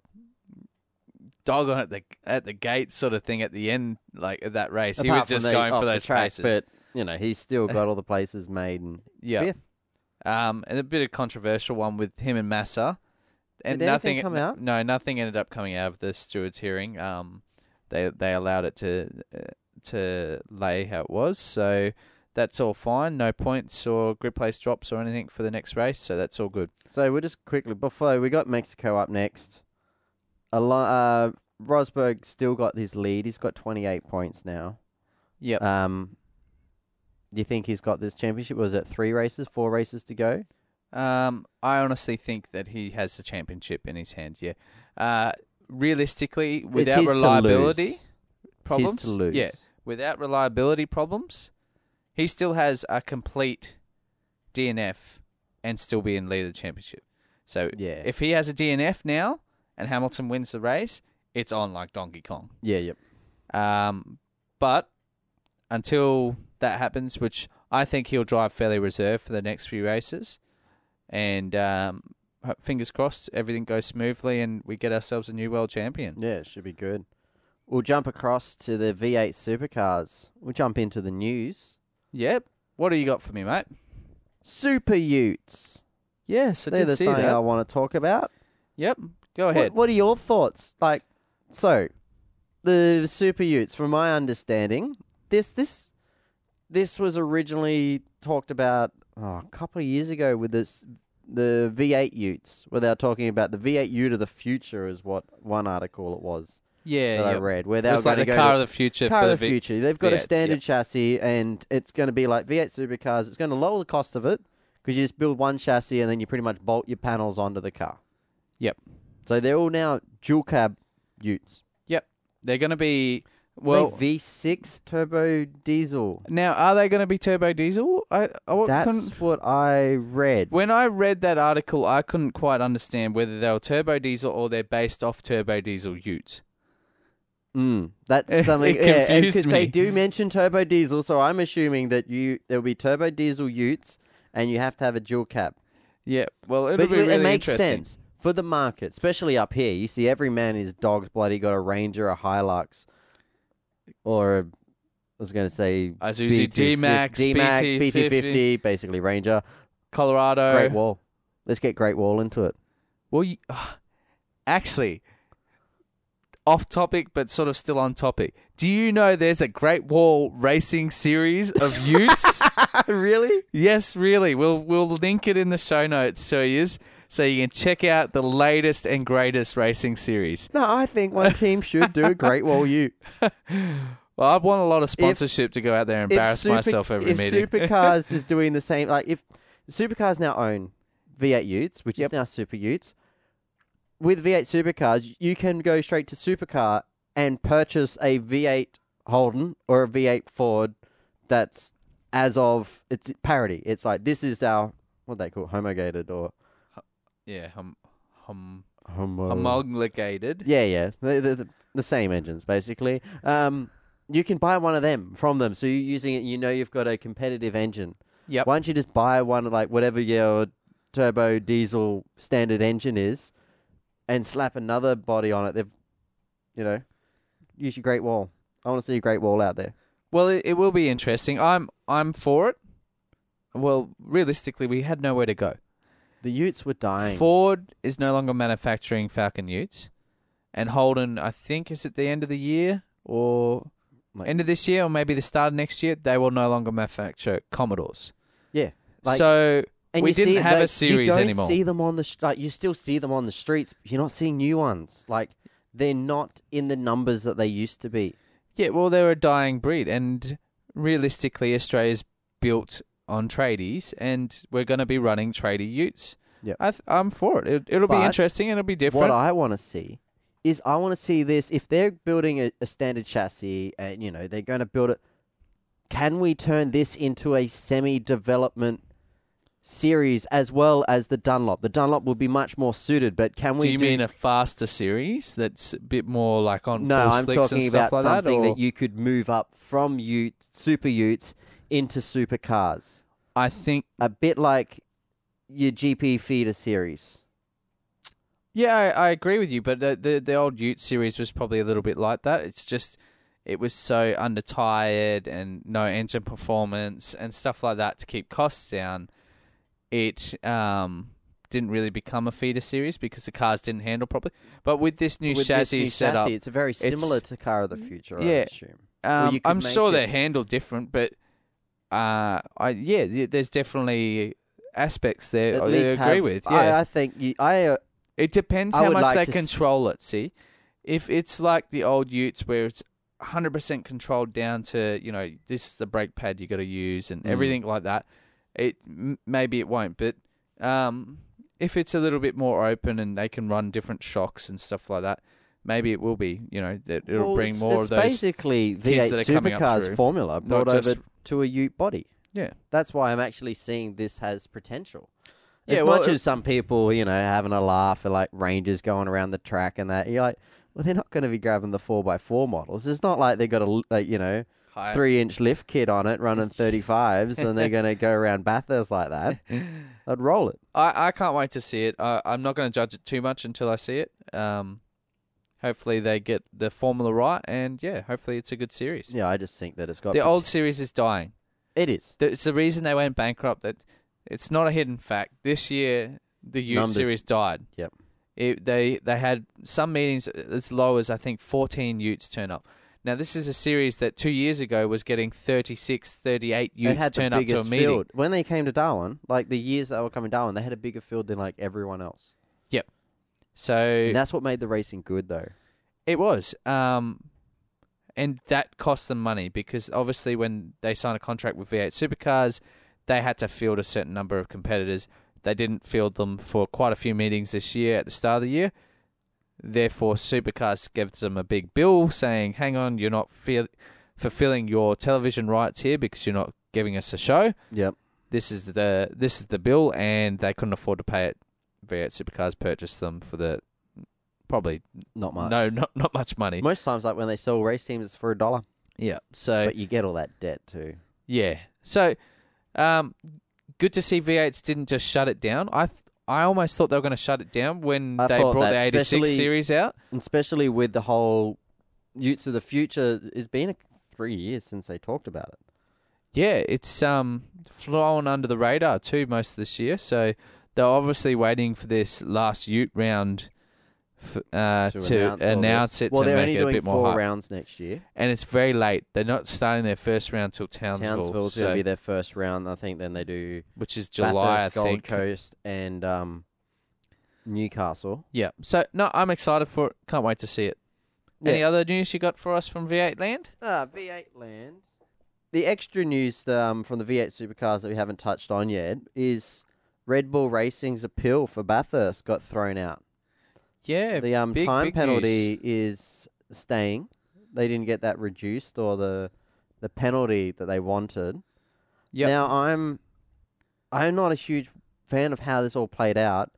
Speaker 2: dog on at the at the gate sort of thing at the end, like of that race. he
Speaker 1: Apart
Speaker 2: was
Speaker 1: from
Speaker 2: just
Speaker 1: the-
Speaker 2: going
Speaker 1: off
Speaker 2: for
Speaker 1: the
Speaker 2: those
Speaker 1: track,
Speaker 2: places.
Speaker 1: but you know he's still got all the places made. And
Speaker 2: yeah.
Speaker 1: fifth.
Speaker 2: Um, and a bit of controversial one with him and Massa. And
Speaker 1: Did anything
Speaker 2: nothing
Speaker 1: come out?
Speaker 2: No, nothing ended up coming out of the stewards' hearing. Um, they they allowed it to uh, to lay how it was, so that's all fine. No points or grid place drops or anything for the next race, so that's all good.
Speaker 1: So we're just quickly before we got Mexico up next. Alo- uh, Rosberg still got his lead. He's got 28 points now.
Speaker 2: Yep.
Speaker 1: Um, do you think he's got this championship? Was it three races, four races to go?
Speaker 2: Um, I honestly think that he has the championship in his hand. Yeah. Uh, realistically, without
Speaker 1: his to lose.
Speaker 2: reliability
Speaker 1: It's his
Speaker 2: problems,
Speaker 1: to lose.
Speaker 2: yeah, without reliability problems, he still has a complete DNF and still be in lead of the championship. So
Speaker 1: yeah,
Speaker 2: if he has a DNF now and Hamilton wins the race, it's on like Donkey Kong.
Speaker 1: yeah, yep.
Speaker 2: Um, but until that happens, which I think he'll drive fairly reserved for the next few races, and um, ho- fingers crossed everything goes smoothly and we get ourselves a new world champion.
Speaker 1: Yeah, it should be good. We'll jump across to the V8 supercars. We'll jump into the news.
Speaker 2: Yep. What do you got for me, mate?
Speaker 1: Super Utes.
Speaker 2: Yes, I
Speaker 1: They're the something I want to talk about.
Speaker 2: Yep. Go
Speaker 1: What-
Speaker 2: ahead.
Speaker 1: What, are your thoughts? Like, so the Super Utes, from my understanding, this this this was originally talked about oh, a couple of years ago with this the V8 Utes, where they were talking about the V8 Ute of the future, is what one article it was that
Speaker 2: yeah.
Speaker 1: I
Speaker 2: Yep.
Speaker 1: read, where they
Speaker 2: It's
Speaker 1: were
Speaker 2: like
Speaker 1: going
Speaker 2: the
Speaker 1: to go
Speaker 2: car
Speaker 1: to
Speaker 2: of the future.
Speaker 1: car
Speaker 2: for
Speaker 1: of the
Speaker 2: vi-
Speaker 1: future. They've got a
Speaker 2: V8s,
Speaker 1: standard
Speaker 2: yep.
Speaker 1: chassis, and it's going to be like V8 supercars. It's going to lower the cost of it because you just build one chassis and then you pretty much bolt your panels onto the car.
Speaker 2: Yep.
Speaker 1: So they're all now dual cab Utes.
Speaker 2: They're going to be
Speaker 1: Well,
Speaker 2: well.
Speaker 1: V6 turbo diesel.
Speaker 2: now, are they going to be turbo diesel? I, I what
Speaker 1: That's
Speaker 2: couldn't-
Speaker 1: what I read.
Speaker 2: When I read that article, I couldn't quite understand whether they were turbo diesel or they're based off turbo diesel ute.
Speaker 1: Mm, that's
Speaker 2: It
Speaker 1: something.
Speaker 2: confused
Speaker 1: because they
Speaker 2: me.
Speaker 1: do mention turbo diesel, so I'm assuming that you there'll be turbo diesel Utes, and you have to have a dual cab.
Speaker 2: Yeah, well, it'll
Speaker 1: but
Speaker 2: be
Speaker 1: it-
Speaker 2: really
Speaker 1: it makes
Speaker 2: interesting.
Speaker 1: sense for the market, especially up here. You see, every man and his dog's bloody got a Ranger, a Hilux, or a, I was going to say
Speaker 2: Isuzu D Max,
Speaker 1: D-Max,
Speaker 2: BT fifty,
Speaker 1: BT50, basically Ranger,
Speaker 2: Colorado.
Speaker 1: Great Wall. Let's get Great Wall into it.
Speaker 2: Well, you, actually, off topic, but sort of still on topic. Do you know there's a Great Wall Racing series of utes?
Speaker 1: really?
Speaker 2: Yes, really. We'll we'll link it in the show notes, so you so you can check out the latest and greatest racing series.
Speaker 1: No, I think one team should do a Great Wall Ute.
Speaker 2: Well, I'd want a lot of sponsorship to go out there and embarrass
Speaker 1: super-
Speaker 2: myself every
Speaker 1: if
Speaker 2: meeting.
Speaker 1: Supercars is doing the same, like if Supercars now own V8 Utes, which
Speaker 2: Yep.
Speaker 1: is now Super Utes, with V8 Supercars, you can go straight to Supercar and purchase a V8 Holden or a V8 Ford that's as of it's parity. It's like this is our what they call it, homogated or
Speaker 2: yeah, hum, hum,
Speaker 1: homo.
Speaker 2: homologated.
Speaker 1: Yeah, yeah, the, the, the, the same engines basically. Um, you can buy one of them from them, so you're using it. and You know you've got a competitive engine.
Speaker 2: Yep.
Speaker 1: Why don't you just buy one of, like whatever your turbo diesel standard engine is, and slap another body on it? They've, you know, use your Great Wall. I want to see a Great Wall out there.
Speaker 2: Well, it, it will be interesting. I'm I'm for it. Well, realistically, we had nowhere to go.
Speaker 1: The Utes were dying.
Speaker 2: Ford is no longer manufacturing Falcon Utes, and Holden, I think, is at the end of the year or
Speaker 1: Like-
Speaker 2: end of this year or maybe the start of next year. They will no longer manufacture Commodores.
Speaker 1: Yeah, like-
Speaker 2: so
Speaker 1: and
Speaker 2: we
Speaker 1: you see
Speaker 2: didn't
Speaker 1: it,
Speaker 2: have a
Speaker 1: like,
Speaker 2: series
Speaker 1: you don't
Speaker 2: anymore.
Speaker 1: See them on the sh- like you still see them on the streets. But you're not seeing new ones. Like they're not in the numbers that they used to be.
Speaker 2: Yeah, well, they're a dying breed, and realistically, Australia's built on tradies, and we're going to be running tradie utes.
Speaker 1: Yep.
Speaker 2: I th- I'm for it. it it'll be
Speaker 1: But
Speaker 2: interesting, and it'll be
Speaker 1: What
Speaker 2: different.
Speaker 1: I want to see is I want to see this. If they're building a, a standard chassis and you know they're going to build it, can we turn this into a semi-development series as well as the Dunlop? The Dunlop would be much more suited, but can we?
Speaker 2: do you mean a faster series that's a bit more like on
Speaker 1: no,
Speaker 2: full
Speaker 1: I'm
Speaker 2: slicks and
Speaker 1: talking
Speaker 2: stuff
Speaker 1: about
Speaker 2: like
Speaker 1: something
Speaker 2: or-
Speaker 1: that you could move up from Ute Super Utes into supercars.
Speaker 2: I think.
Speaker 1: A bit like your GP feeder series.
Speaker 2: Yeah, I, I agree with you. But the, the the old Ute series was probably a little bit like that. It's just it was so undertired and no engine performance and stuff like that to keep costs down. It um didn't really become a feeder series because the cars didn't handle properly. But with this new
Speaker 1: With this
Speaker 2: chassis
Speaker 1: new
Speaker 2: setup, Mm-hmm.
Speaker 1: chassis, it's very similar to Car of the Future, I
Speaker 2: yeah.
Speaker 1: assume. Well,
Speaker 2: Um,
Speaker 1: you could
Speaker 2: I'm
Speaker 1: make
Speaker 2: sure
Speaker 1: it-
Speaker 2: they're handled different, but uh, I yeah, th- there's definitely aspects there
Speaker 1: At
Speaker 2: I
Speaker 1: least
Speaker 2: agree
Speaker 1: have-
Speaker 2: with. Yeah,
Speaker 1: I, I think you, I uh,
Speaker 2: it depends
Speaker 1: I
Speaker 2: how
Speaker 1: would
Speaker 2: much
Speaker 1: like
Speaker 2: they
Speaker 1: to s-
Speaker 2: control it. See, if it's like the old Utes where it's 100% controlled down to you know this is the brake pad you got to use and
Speaker 1: Mm.
Speaker 2: everything like that, it m- maybe it won't. But um, if it's a little bit more open and they can run different shocks and stuff like that, maybe it will be. You know, that it'll
Speaker 1: well,
Speaker 2: bring
Speaker 1: it's,
Speaker 2: more
Speaker 1: it's
Speaker 2: of those.
Speaker 1: basically
Speaker 2: kids
Speaker 1: V8
Speaker 2: that are coming up
Speaker 1: supercars
Speaker 2: through,
Speaker 1: formula
Speaker 2: not
Speaker 1: brought
Speaker 2: just
Speaker 1: over to a Ute body.
Speaker 2: Yeah.
Speaker 1: that's why I'm actually seeing this has potential. As
Speaker 2: Yeah, well, uh,
Speaker 1: much
Speaker 2: it-
Speaker 1: as some people, you know, having a laugh at like Rangers going around the track and that, you're like, well, they're not going to be grabbing the four x four models. It's not like they got a l- like, you know
Speaker 2: higher-
Speaker 1: three inch lift kit on it running thirty fives and they're going to go around Bathurst like that. I'd roll it.
Speaker 2: I, I can't wait to see it. I, I'm not going to judge it too much until I see it. Um, hopefully they get the formula right, and yeah, hopefully it's a good series.
Speaker 1: Yeah, I just think that it's got
Speaker 2: The
Speaker 1: pot-
Speaker 2: old series is dying.
Speaker 1: It is.
Speaker 2: Th- It's the reason they went bankrupt. That it's not a hidden fact. This year the Ute
Speaker 1: Numbers.
Speaker 2: series died.
Speaker 1: Yep.
Speaker 2: It, they they had some meetings as low as I think 14 Utes turn up. Now this is a series that two years ago was getting 36, 38
Speaker 1: They
Speaker 2: Utes
Speaker 1: had the
Speaker 2: turn up to a
Speaker 1: biggest
Speaker 2: meeting.
Speaker 1: field when they came to Darwin. Like the years they were coming to Darwin, they had a bigger field than like everyone else.
Speaker 2: So
Speaker 1: And that's what made the racing good, though.
Speaker 2: It was. Um, and that cost them money because obviously when they signed a contract with V8 Supercars, they had to field a certain number of competitors. They didn't field them for quite a few meetings this year at the start of the year. Therefore, Supercars gave them a big bill saying, hang on, you're not fe- fulfilling your television rights here because you're not giving us a show.
Speaker 1: Yep.
Speaker 2: This is the this is the bill, and they couldn't afford to pay it. V8 Supercars purchased them for the probably
Speaker 1: Not much.
Speaker 2: no not not much money.
Speaker 1: Most times, like when they sell race teams, it's for a dollar,
Speaker 2: Yeah. So
Speaker 1: but you get all that debt too.
Speaker 2: yeah. So um good to see V8s didn't just shut it down. I th- I almost thought they were going to shut it down when
Speaker 1: I
Speaker 2: they
Speaker 1: thought
Speaker 2: brought the
Speaker 1: that,
Speaker 2: 86
Speaker 1: especially-
Speaker 2: series out.
Speaker 1: Especially with the whole Utes of the future. It's been a, three years since they talked about it.
Speaker 2: Yeah, it's um flown under the radar too most of this year. So they're obviously waiting for this last Ute round f- uh, to,
Speaker 1: all
Speaker 2: announce,
Speaker 1: this.
Speaker 2: it
Speaker 1: Well,
Speaker 2: to
Speaker 1: they're
Speaker 2: make
Speaker 1: only
Speaker 2: it
Speaker 1: doing
Speaker 2: a bit
Speaker 1: four
Speaker 2: more hype.
Speaker 1: rounds next year.
Speaker 2: And it's very late. They're not starting their first round till Townsville,
Speaker 1: Townsville's
Speaker 2: so-
Speaker 1: going to be their first round, I think. Then they do
Speaker 2: which is July,
Speaker 1: Bathurst,
Speaker 2: I
Speaker 1: Gold
Speaker 2: think.
Speaker 1: Coast, and um, Newcastle.
Speaker 2: Yeah. So no, I'm excited for it. Can't wait to see it. Any
Speaker 1: Yeah.
Speaker 2: other news you got for us from V8 Land?
Speaker 1: Ah, V8 land. The extra news um, from the V8 supercars that we haven't touched on yet is Red Bull Racing's appeal for Bathurst got thrown out.
Speaker 2: Yeah.
Speaker 1: The um,
Speaker 2: big,
Speaker 1: time
Speaker 2: big
Speaker 1: penalty is staying. They didn't get that reduced or the the penalty that they wanted.
Speaker 2: Yep.
Speaker 1: Now I'm I'm not a huge fan of how this all played out,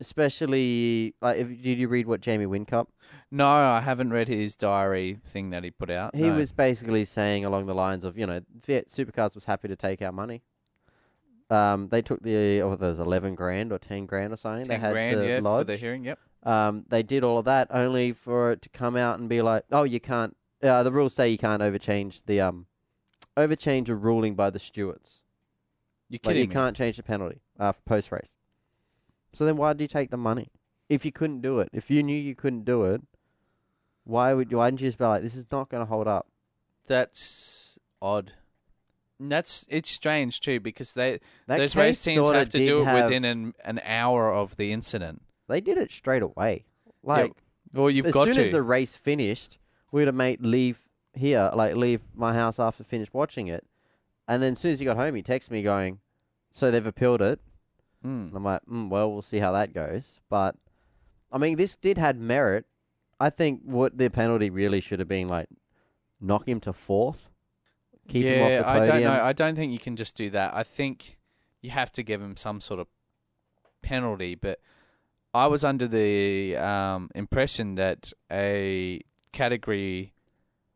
Speaker 1: especially like if, did you read what Jamie Wincup
Speaker 2: no, I haven't read his diary thing that he put out.
Speaker 1: He
Speaker 2: no.
Speaker 1: was basically saying along the lines of, you know, Fiat Supercars was happy to take our money. Um, they took the oh, there was eleven grand or ten grand or something. they
Speaker 2: ten
Speaker 1: had
Speaker 2: grand,
Speaker 1: to
Speaker 2: yeah,
Speaker 1: lodge.
Speaker 2: for the hearing. Yep.
Speaker 1: um, they did all of that only for it to come out and be like, oh, you can't. Uh, the rules say you can't overchange the um, overchange a ruling by the stewards.
Speaker 2: You're
Speaker 1: Like
Speaker 2: kidding
Speaker 1: you
Speaker 2: me.
Speaker 1: can't change the penalty after post race. So then, why do you take the money if you couldn't do it? If you knew you couldn't do it, why would why didn't you just be like, this is not going to hold up?
Speaker 2: That's odd. And That's it's strange too because they
Speaker 1: That
Speaker 2: those
Speaker 1: case
Speaker 2: race teams
Speaker 1: sorta
Speaker 2: have to
Speaker 1: did
Speaker 2: do it
Speaker 1: have-
Speaker 2: within an, an hour of the incident.
Speaker 1: They did it straight away. Like
Speaker 2: Well, you've
Speaker 1: as
Speaker 2: got
Speaker 1: soon
Speaker 2: to.
Speaker 1: as the race finished, we had a mate leave here, like leave my house after finished watching it, and then as soon as he got home, he texted me going, "So they've appealed it,"
Speaker 2: Mm.
Speaker 1: and I'm like, mm, "Well, we'll see how that goes." But I mean, this did had merit. I think what the penalty really should have been like, knock him to fourth, keep
Speaker 2: yeah,
Speaker 1: him off the podium.
Speaker 2: I don't know. I don't think you can just do that. I think you have to give him some sort of penalty. But I was under the um, impression that a category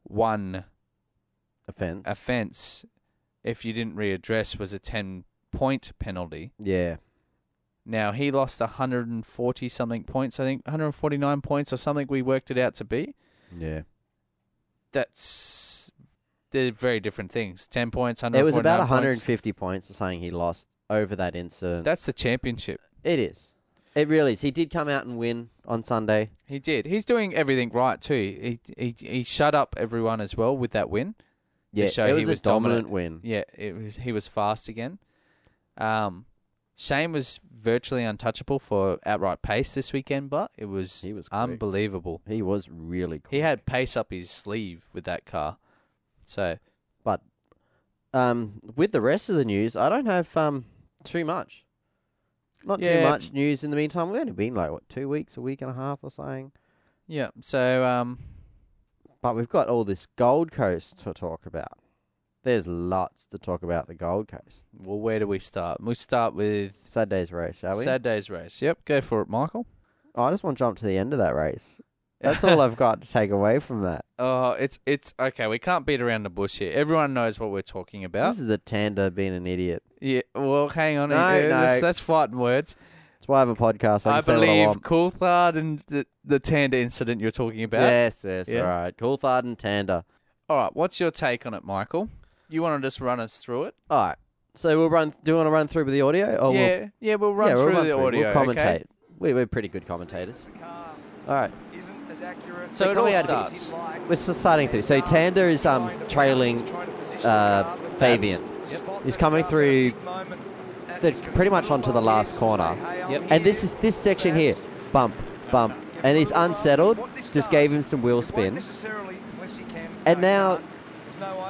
Speaker 2: one
Speaker 1: Offense.
Speaker 2: offence if you didn't readdress, was a 10 point penalty.
Speaker 1: Yeah.
Speaker 2: Now, he lost 140 something points, I think, 149 points or something, we worked it out to be.
Speaker 1: Yeah.
Speaker 2: That's. They're very different things. 10 points,
Speaker 1: It
Speaker 2: 149
Speaker 1: was about
Speaker 2: points.
Speaker 1: 150 points, saying he lost over that incident.
Speaker 2: That's the championship.
Speaker 1: it is. It really is. He did come out and win on Sunday.
Speaker 2: He did. He's doing everything right too. He he he shut up everyone as well with that win. To
Speaker 1: Yeah,
Speaker 2: show
Speaker 1: it
Speaker 2: he
Speaker 1: was a
Speaker 2: was
Speaker 1: dominant,
Speaker 2: dominant.
Speaker 1: win.
Speaker 2: Yeah, it was he was fast again. Um, Shane was virtually untouchable for outright pace this weekend, but it was
Speaker 1: He was quick.
Speaker 2: unbelievable.
Speaker 1: He was really cool.
Speaker 2: He had pace up his sleeve with that car. So
Speaker 1: um, with the rest of the news, I don't have um too much. Not too
Speaker 2: Yeah.
Speaker 1: much news in the meantime. We've only been like what two weeks, a week and a half or something.
Speaker 2: yeah, so um,
Speaker 1: But we've got all this Gold Coast to talk about. There's lots to talk about the Gold Coast.
Speaker 2: well, where do we start? We start with
Speaker 1: Saturday's race, shall we?
Speaker 2: Saturday's race. Yep, go for it, Michael.
Speaker 1: Oh, I just want to jump to the end of that race. That's all I've got to take away from that.
Speaker 2: Oh, it's it's okay. We can't beat around the bush here. Everyone knows what we're talking about.
Speaker 1: This is the Tanda being an idiot.
Speaker 2: Yeah, well, hang on.
Speaker 1: No,
Speaker 2: uh,
Speaker 1: no.
Speaker 2: That's, that's fighting words.
Speaker 1: That's why I have a podcast. I,
Speaker 2: I
Speaker 1: can say what I
Speaker 2: believe
Speaker 1: want.
Speaker 2: Coulthard and the, the Tanda incident you're talking about.
Speaker 1: Yes, yes,
Speaker 2: Yeah.
Speaker 1: all right. Coulthard and Tanda.
Speaker 2: All right, what's your take on it, Michael? You want to just run us through it?
Speaker 1: All right. So we'll run. Do you want to run through with the audio? Or
Speaker 2: yeah,
Speaker 1: Oh, we'll,
Speaker 2: yeah, we'll run
Speaker 1: yeah,
Speaker 2: through
Speaker 1: we'll run
Speaker 2: the
Speaker 1: through.
Speaker 2: audio.
Speaker 1: We'll commentate.
Speaker 2: okay?
Speaker 1: We, we're pretty good commentators. All right.
Speaker 3: isn't as accurate.
Speaker 2: So
Speaker 1: it all
Speaker 2: starts.
Speaker 1: We're s- starting through. So Tanda is um trailing uh, Fabian. He's coming through. They're pretty much onto the last corner.
Speaker 2: Yep.
Speaker 1: And this is this section here. Bump, bump, and he's unsettled. Just gave him some wheel spin. And now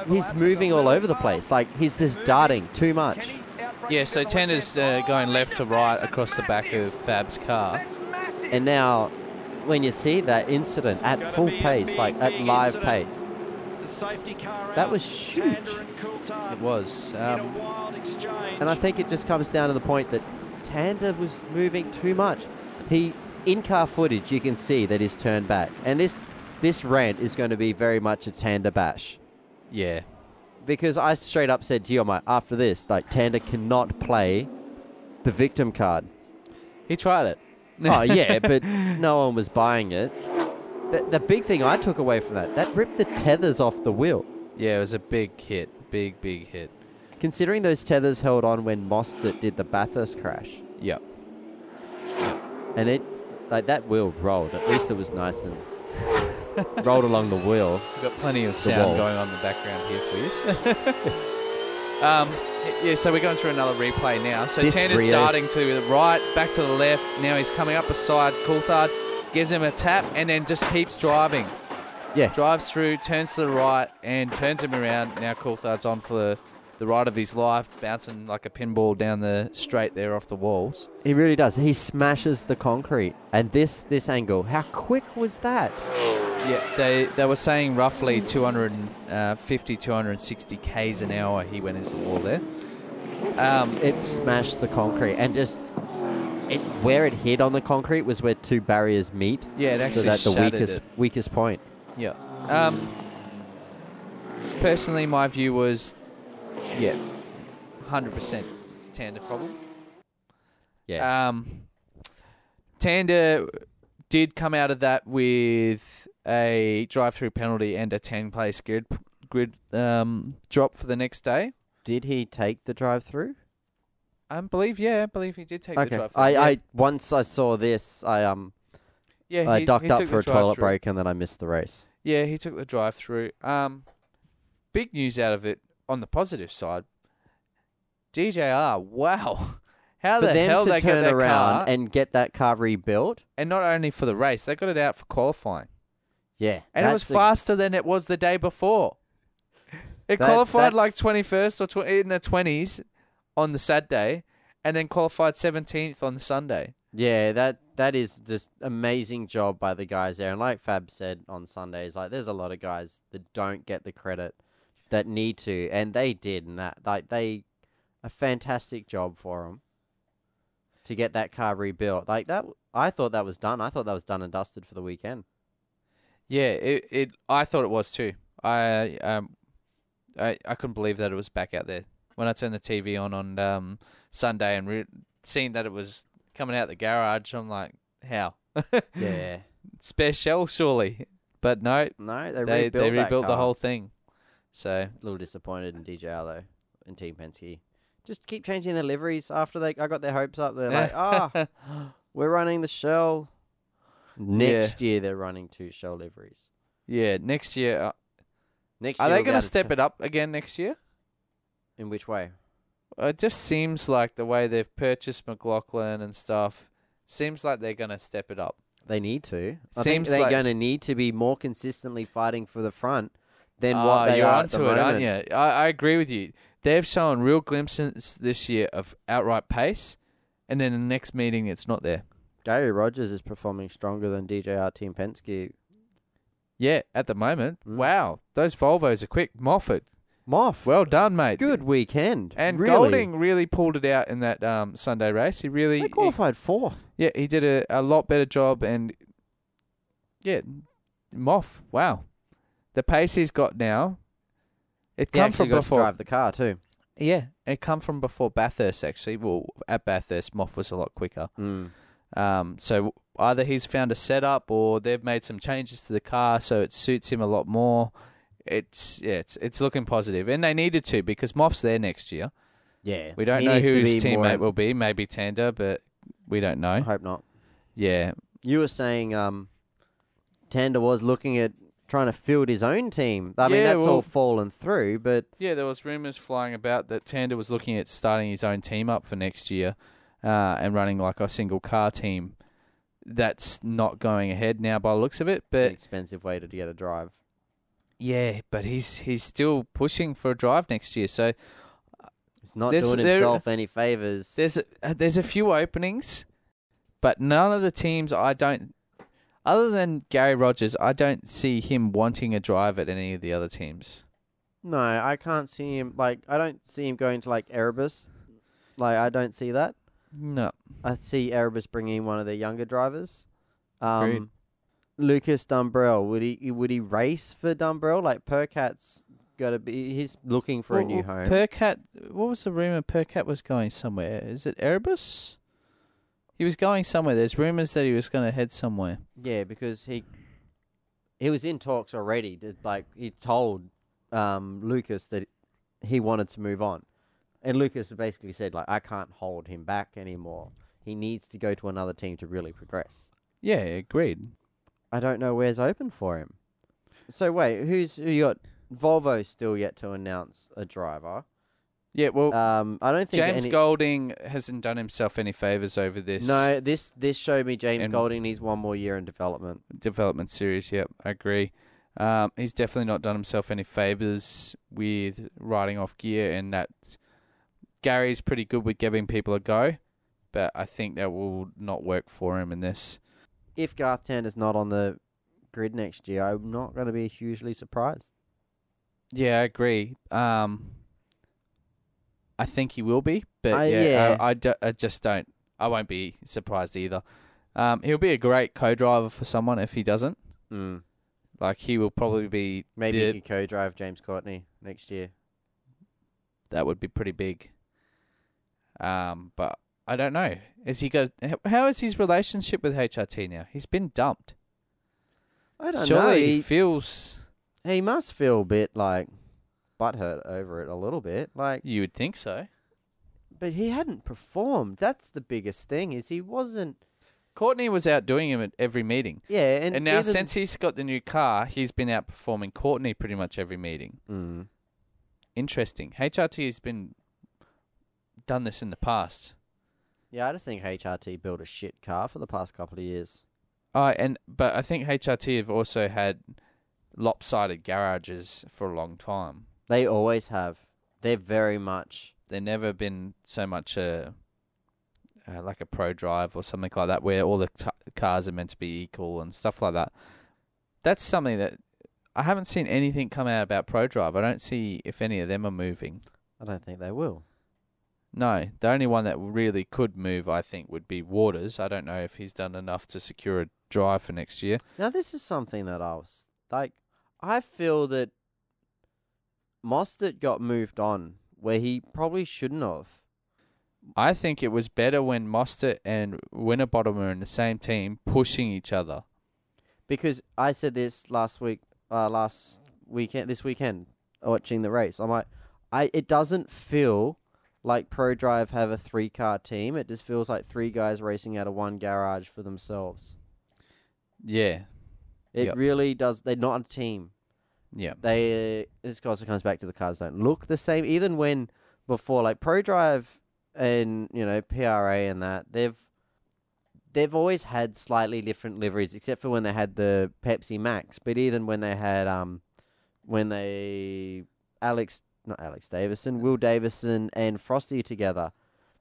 Speaker 1: He's moving all over the place. Like he's just darting too much.
Speaker 2: Yeah, so Tanda's uh, going left to right across the back of Fab's car.
Speaker 1: And now, when you see that incident at full pace, like at live pace, that was huge.
Speaker 2: It was. Um,
Speaker 1: And I think it just comes down to the point that Tanda was moving too much. He, in car footage, you can see that he's turned back. And this, this rant is going to be very much a Tanda bash.
Speaker 2: yeah,
Speaker 1: Because I straight up said to you, I'm like, after this, like, Tanda cannot play the victim card.
Speaker 2: he tried it.
Speaker 1: oh yeah, but no one was buying it. The, the big thing I took away from that that ripped the tethers off the wheel.
Speaker 2: Yeah, it was a big hit. Big, big hit.
Speaker 1: Considering those tethers held on when Mostert did the Bathurst crash,
Speaker 2: Yep.
Speaker 1: and it like that wheel rolled. At least it was nice and rolled along the wheel.
Speaker 2: We've got plenty of
Speaker 1: wall.
Speaker 2: sound going on in the background here for you. um, y- yeah, so we're going through another replay now. So
Speaker 1: This
Speaker 2: Tanner's
Speaker 1: Rio-
Speaker 2: darting to the right, back to the left. Now he's coming up beside Coulthard, gives him a tap, and then just keeps driving.
Speaker 1: Yeah.
Speaker 2: Drives through, turns to the right, and turns him around. Now Coulthard's on for the, the right of his life, bouncing like a pinball down the straight there off the walls.
Speaker 1: He really does. He smashes the concrete. And this this angle, how quick was that?
Speaker 2: Yeah, they, they were saying roughly 250, 260 k's an hour he went into the wall there. Um,
Speaker 1: It smashed the concrete and just it where it hit on the concrete was where two barriers meet.
Speaker 2: Yeah, it
Speaker 1: So
Speaker 2: actually
Speaker 1: that's the
Speaker 2: shattered
Speaker 1: weakest
Speaker 2: it.
Speaker 1: weakest point.
Speaker 2: Yeah. Um, personally, my view was, yeah, hundred percent Tanda problem.
Speaker 1: Yeah.
Speaker 2: Um, Tanda did come out of that with a drive-through penalty and a ten-place grid grid um, drop for the next day.
Speaker 1: Did he take the drive through?
Speaker 2: I believe, yeah, I believe he did take the
Speaker 1: Okay.
Speaker 2: drive.
Speaker 1: I, I once I saw this, I um
Speaker 2: yeah,
Speaker 1: I
Speaker 2: he-
Speaker 1: ducked
Speaker 2: he
Speaker 1: up
Speaker 2: took
Speaker 1: for
Speaker 2: the
Speaker 1: a toilet
Speaker 2: drive-through.
Speaker 1: break and then I missed the race.
Speaker 2: Yeah, he took the drive through. Um, big news out of it on the positive side. DJR, wow, how
Speaker 1: for
Speaker 2: the
Speaker 1: them
Speaker 2: hell
Speaker 1: to
Speaker 2: they
Speaker 1: turn
Speaker 2: got that
Speaker 1: around
Speaker 2: car, and,
Speaker 1: and get that car rebuilt,
Speaker 2: not only for the race, they got it out for qualifying,
Speaker 1: yeah,
Speaker 2: and it was
Speaker 1: that's a-
Speaker 2: faster than it was the day before. It
Speaker 1: That-
Speaker 2: qualified like
Speaker 1: that's-
Speaker 2: twenty first or tw- in the twenties on the Saturday, and then qualified seventeenth on the Sunday.
Speaker 1: Yeah, that that is just amazing job by the guys there. And like Fab said on Sundays, like there's a lot of guys that don't get the credit that need to, and they did, and that like they a fantastic job for them to get that car rebuilt. Like that, I thought that was done. I thought that was done and dusted for the weekend.
Speaker 2: Yeah, it, it I thought it was too. I um I, I couldn't believe that it was back out there. When I turned the TV on on um, Sunday and re- seen that it was coming out the garage, I'm like, how?
Speaker 1: Yeah.
Speaker 2: Spare shell, surely. But no,
Speaker 1: No, they,
Speaker 2: they, they rebuilt,
Speaker 1: rebuilt, that
Speaker 2: the
Speaker 1: car.
Speaker 2: whole thing. So,
Speaker 1: A little disappointed in DJR though, and Team Penske. Just keep changing the liveries after they. I got their hopes up. They're like, ah, we're running the shell. Next year they're running two shell liveries.
Speaker 2: yeah, next year. uh,
Speaker 1: Next
Speaker 2: Are
Speaker 1: year
Speaker 2: they going to step it up again next year?
Speaker 1: In which way?
Speaker 2: It just seems like the way they've purchased McLaughlin and stuff, seems like they're going to step it up.
Speaker 1: They need to. I think
Speaker 2: Seems
Speaker 1: they're
Speaker 2: like-
Speaker 1: going to need to be more consistently fighting for the front than
Speaker 2: Ah,
Speaker 1: what they
Speaker 2: you're
Speaker 1: are at
Speaker 2: onto
Speaker 1: the
Speaker 2: it,
Speaker 1: moment.
Speaker 2: aren't you? I, I agree with you. They've shown real glimpses this year of outright pace, and then the next meeting, it's not there.
Speaker 1: Gary Rogers is performing stronger than DJR Team Penske.
Speaker 2: Yeah, at the moment.
Speaker 1: Mm.
Speaker 2: Wow, those Volvos are quick. Moffat,
Speaker 1: Moff,
Speaker 2: well done, mate.
Speaker 1: good weekend.
Speaker 2: And
Speaker 1: really.
Speaker 2: Golding really pulled it out in that um, Sunday race. He really,
Speaker 1: they
Speaker 2: he-
Speaker 1: qualified fourth.
Speaker 2: yeah, he did a, a lot better job. And yeah, Moff, wow, the pace he's got now, it
Speaker 1: He
Speaker 2: come
Speaker 1: actually
Speaker 2: from
Speaker 1: got to
Speaker 2: before.
Speaker 1: drive the car too.
Speaker 2: Yeah, it come from before Bathurst actually. Well, at Bathurst, Moff was a lot quicker.
Speaker 1: Mm.
Speaker 2: Um, so either he's found a setup or they've made some changes to the car so it suits him a lot more. It's yeah, it's it's looking positive, and they needed to because Moff's there next year.
Speaker 1: Yeah,
Speaker 2: We don't
Speaker 1: He
Speaker 2: know
Speaker 1: needs
Speaker 2: who
Speaker 1: to
Speaker 2: his
Speaker 1: be more- Uh-huh.
Speaker 2: teammate will be. Maybe Tanda, but we don't
Speaker 1: I
Speaker 2: know.
Speaker 1: hope not.
Speaker 2: Yeah,
Speaker 1: You were saying um, Tanda was looking at trying to field his own team. I mean,
Speaker 2: Yeah,
Speaker 1: that's
Speaker 2: well-
Speaker 1: all fallen through, but
Speaker 2: yeah. There was rumors flying about that Tanda was looking at starting his own team up for next year, uh, and running like a single car team. That's not going ahead now by the looks of it,
Speaker 1: it's
Speaker 2: but
Speaker 1: an expensive way to get a drive.
Speaker 2: Yeah, but he's he's still pushing for a drive next year. So
Speaker 1: It's not
Speaker 2: There's-
Speaker 1: doing
Speaker 2: there-
Speaker 1: himself any favors.
Speaker 2: there's a, uh, there's a few openings, but none of the teams I don't, other than Gary Rogers, I don't see him wanting a drive at any of the other teams.
Speaker 1: No, I can't see him. Like, I don't see him going to like Erebus. Like, I don't see that.
Speaker 2: No,
Speaker 1: I see Erebus bringing in one of their younger drivers.
Speaker 2: Agreed.
Speaker 1: Um, Lucas Dumbrell, would he would he race for Dumbrell? Like Percat's got to be. He's looking for a new
Speaker 2: Well,
Speaker 1: home.
Speaker 2: Percat, what was the rumor? Percat was going somewhere. Is it Erebus? He was going somewhere. There's rumors that he was going to head somewhere.
Speaker 1: yeah, because he he was in talks already. To, like he told um, Lucas that he wanted to move on, and Lucas basically said like I can't hold him back anymore. He needs to go to another team to really progress.
Speaker 2: Yeah, agreed.
Speaker 1: I don't know where's open for him. So wait, who's who you got? Volvo still yet to announce a driver.
Speaker 2: Yeah, well,
Speaker 1: Um, I don't think
Speaker 2: Oh, James
Speaker 1: any,
Speaker 2: Golding hasn't done himself any favors over this.
Speaker 1: No, this this showed me James
Speaker 2: And-
Speaker 1: Golding needs one more year in development.
Speaker 2: development series. Yep, I agree. Um, he's definitely not done himself any favors with riding off gear, and that Gary's pretty good with giving people a go, but I think that will not work for him in this.
Speaker 1: If Garth Tanner's not on the grid next year, I'm not going to be hugely surprised.
Speaker 2: Yeah, I agree. Um, I think he will be, but
Speaker 1: I-
Speaker 2: yeah,
Speaker 1: yeah.
Speaker 2: I, I, do- I just don't. I won't be surprised either. Um, he'll be a great co-driver for someone if he doesn't. Hmm.
Speaker 1: Mm.
Speaker 2: Like he will probably be.
Speaker 1: Maybe
Speaker 2: the-
Speaker 1: he could co-drive James Courtney next year.
Speaker 2: that would be pretty big. Um, but I don't know. Is he got? h- How is his relationship with HRT now? He's been dumped.
Speaker 1: I don't
Speaker 2: Surely
Speaker 1: know.
Speaker 2: he
Speaker 1: He,
Speaker 2: feels.
Speaker 1: he must feel a bit like butthurt over it a little bit. Like
Speaker 2: You would think so.
Speaker 1: but he hadn't performed. That's the biggest thing is he wasn't
Speaker 2: Courtney was outdoing him at every meeting,
Speaker 1: Yeah, and,
Speaker 2: and, now
Speaker 1: even-
Speaker 2: since he's got the new car, he's been outperforming Courtney pretty much every meeting.
Speaker 1: Mm.
Speaker 2: Interesting. HRT has been done this in the past.
Speaker 1: Yeah, I just think HRT built a shit car for the past couple of years.
Speaker 2: Uh, and but I think HRT have also had lopsided garages for a long time.
Speaker 1: They always have. They're very much.
Speaker 2: they've never been so much a uh, like a pro drive or something like that where all the t- cars are meant to be equal and stuff like that. That's something that I haven't seen anything come out about pro drive. I don't see if any of them are moving.
Speaker 1: I don't think they will.
Speaker 2: No, the only one that really could move, I think, would be Waters. I don't know if he's done enough to secure a drive for next year.
Speaker 1: Now, this is something that I was like. I feel that Mostert got moved on where he probably shouldn't have.
Speaker 2: I think it was better when Mostert and Winterbottom were in the same team pushing each other.
Speaker 1: because I said this last week, uh, last weekend, this weekend, watching the race. I'm like, I it doesn't feel like ProDrive have a three car team. It just feels like three guys racing out of one garage for themselves.
Speaker 2: Yeah.
Speaker 1: It
Speaker 2: Yep.
Speaker 1: really does. They're not a team.
Speaker 2: Yeah.
Speaker 1: They this also comes back to the cars don't look the same. Even when before, like ProDrive and you know PRA and that they've they've always had slightly different liveries, except for when they had the Pepsi Max. But even when they had um when they Alex not Alex Davison, Will Davison and Frosty together.